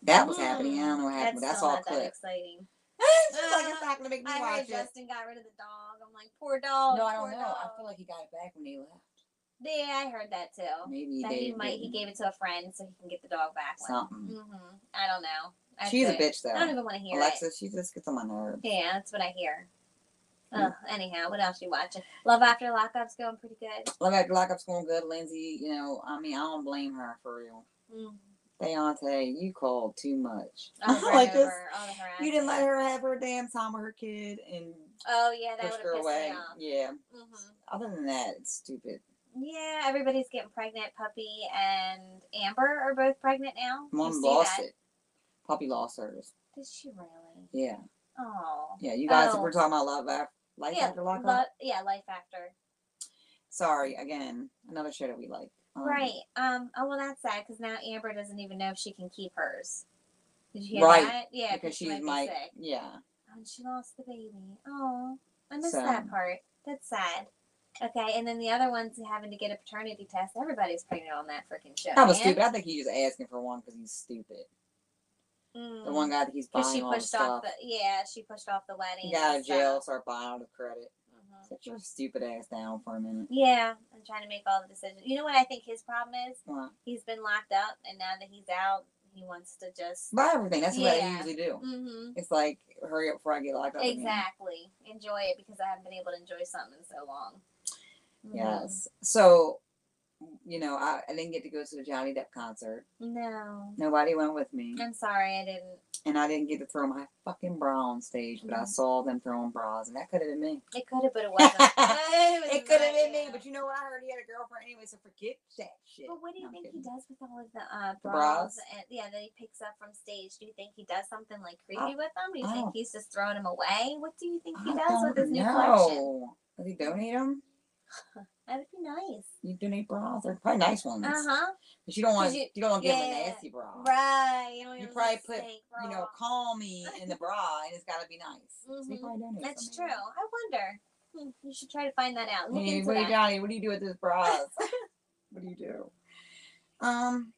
Speaker 1: that was happening. I don't know what happened,
Speaker 2: That's,
Speaker 1: but that's
Speaker 2: still
Speaker 1: all
Speaker 2: not that
Speaker 1: clips.
Speaker 2: exciting.
Speaker 1: she's like, it's not gonna make me
Speaker 2: I heard
Speaker 1: watch it.
Speaker 2: Justin got rid of the dog. I'm like, poor dog.
Speaker 1: no, I don't
Speaker 2: poor
Speaker 1: know. I
Speaker 2: Dog.
Speaker 1: feel like he got it back when he left.
Speaker 2: yeah, I heard that too.
Speaker 1: Maybe
Speaker 2: that
Speaker 1: they
Speaker 2: he might he
Speaker 1: didn't.
Speaker 2: gave it to a friend so he can get the dog back.
Speaker 1: something.
Speaker 2: Mm-hmm. I don't know. I
Speaker 1: She's a
Speaker 2: couldn't-
Speaker 1: bitch
Speaker 2: I don't
Speaker 1: though.
Speaker 2: even want to hear
Speaker 1: Alexa,
Speaker 2: it.
Speaker 1: she just gets on my nerves.
Speaker 2: Yeah, that's what I hear.
Speaker 1: Hmm.
Speaker 2: Ugh, anyhow, what else you watching? Love After Lockup's going pretty good.
Speaker 1: Love after lockup's going good, Lindsay. You know, I mean, I don't blame her for real.
Speaker 2: Mm.
Speaker 1: Deontay, you called too much.
Speaker 2: All the
Speaker 1: like this,
Speaker 2: her- all the harassment.
Speaker 1: you didn't let her have her damn time with her kid and
Speaker 2: Oh yeah, that would
Speaker 1: pushed
Speaker 2: have
Speaker 1: her
Speaker 2: pissed
Speaker 1: away.
Speaker 2: me off.
Speaker 1: Yeah.
Speaker 2: hmm
Speaker 1: Other than that, it's stupid.
Speaker 2: Yeah, everybody's getting pregnant. Puppy and Amber are both pregnant now. You
Speaker 1: Mom
Speaker 2: see
Speaker 1: lost
Speaker 2: that?
Speaker 1: it. Puppy lost hers.
Speaker 2: Did she really?
Speaker 1: Yeah.
Speaker 2: Oh.
Speaker 1: Yeah. You guys,
Speaker 2: Oh.
Speaker 1: if we're talking about love after life
Speaker 2: yeah,
Speaker 1: after lockup.
Speaker 2: lo- yeah, life after.
Speaker 1: Sorry, again, another show that we like. Um,
Speaker 2: Right. Um. Oh well, that's sad because now Amber doesn't even know if she can keep hers. Did you hear
Speaker 1: Right,
Speaker 2: that? Yeah,
Speaker 1: because
Speaker 2: she might
Speaker 1: she's
Speaker 2: be
Speaker 1: my
Speaker 2: sick.
Speaker 1: yeah.
Speaker 2: Oh, and she lost the baby. Oh, I missed
Speaker 1: So-
Speaker 2: that part. That's sad. Okay, and then the other one's having to get a paternity test. Everybody's pregnant on that freaking show.
Speaker 1: That was
Speaker 2: man.
Speaker 1: stupid. I think he's just asking for one because he's stupid.
Speaker 2: Mm.
Speaker 1: The one guy that he's
Speaker 2: 'Cause
Speaker 1: buying
Speaker 2: she
Speaker 1: all the
Speaker 2: pushed
Speaker 1: stuff.
Speaker 2: off the yeah, she pushed off the wedding.
Speaker 1: he got out
Speaker 2: and
Speaker 1: of jail,
Speaker 2: stuff.
Speaker 1: start buying all the credit.
Speaker 2: Mhm.
Speaker 1: Sit your stupid ass down for a minute.
Speaker 2: Yeah, I'm trying to make all the decisions. You know what I think his problem is?
Speaker 1: Well,
Speaker 2: He's been locked up, and now that he's out, he wants to just.
Speaker 1: buy everything. That's what I
Speaker 2: Yeah.
Speaker 1: usually do.
Speaker 2: Mm-hmm.
Speaker 1: It's like hurry up before I get locked up. again.
Speaker 2: Exactly. Enjoy it because I haven't been able to enjoy something in so long. Mhm.
Speaker 1: Yes. So, you know, I, I didn't get to go to the Johnny Depp concert.
Speaker 2: No.
Speaker 1: Nobody went with me,
Speaker 2: I'm sorry I didn't.
Speaker 1: and I didn't get to throw my fucking bra on stage. But I
Speaker 2: Mhm.
Speaker 1: saw them throwing bras, and that could have been me.
Speaker 2: It could have, but it wasn't. it was
Speaker 1: It could have
Speaker 2: not
Speaker 1: been me.
Speaker 2: you.
Speaker 1: But you know what? I heard he had a girlfriend anyway, so forget that shit.
Speaker 2: But what do you
Speaker 1: No, I'm
Speaker 2: think he
Speaker 1: kidding.
Speaker 2: does with all of the uh,
Speaker 1: The
Speaker 2: bras?
Speaker 1: bras?
Speaker 2: And, yeah, that he picks up from stage. Do you think he does something like creepy with them? Do you
Speaker 1: I
Speaker 2: think
Speaker 1: don't-
Speaker 2: he's just throwing them away? What do you think he
Speaker 1: I
Speaker 2: does
Speaker 1: don't
Speaker 2: with his new collection?
Speaker 1: know. Does he donate them?
Speaker 2: That would be nice.
Speaker 1: You donate bras? They're probably nice ones.
Speaker 2: Uh huh.
Speaker 1: But you don't want
Speaker 2: 'Cause you-
Speaker 1: you, don't want to give him
Speaker 2: yeah.
Speaker 1: a nasty bra.
Speaker 2: Right. You, don't
Speaker 1: You
Speaker 2: even
Speaker 1: probably
Speaker 2: like
Speaker 1: put,
Speaker 2: steak
Speaker 1: You know,
Speaker 2: raw.
Speaker 1: call me in the bra, and it's got to be nice. So he
Speaker 2: Mhm.
Speaker 1: probably donates
Speaker 2: That's
Speaker 1: them
Speaker 2: true.
Speaker 1: anyway.
Speaker 2: I wonder. Hmm, you should try to find that out. Look
Speaker 1: Hey,
Speaker 2: into
Speaker 1: what do you
Speaker 2: that.
Speaker 1: Johnny? What do you do with this bras? what do you do? Um.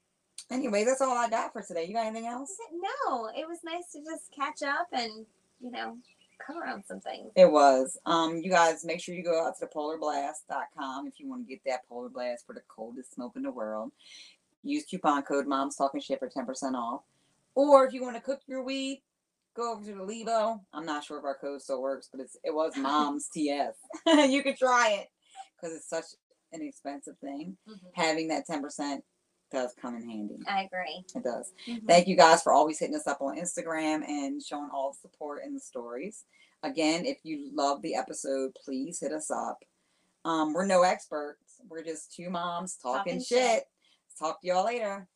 Speaker 1: Anyway, that's all I got for today. You got anything else?
Speaker 2: No, it was nice to just catch up and you know cover on some things.
Speaker 1: It was. Um, you guys make sure you go out to thepolarblast.com if you want to get that polar blast for the coldest smoke in the world. Use coupon code Mom's Talking Shit for ten percent off. Or if you want to cook your weed, go over to the Levo. I'm not sure if our code still works, but it's it was Mom's TF. you could try it because it's such an expensive thing. Having that ten percent does come in handy.
Speaker 2: I agree.
Speaker 1: It does.
Speaker 2: Mhm.
Speaker 1: Thank you guys for always hitting us up on Instagram and showing all the support and the stories. Again, if you love the episode, please hit us up. Um, we're no experts. We're just two moms talking,
Speaker 2: Talking shit.
Speaker 1: shit. Talk to y'all later.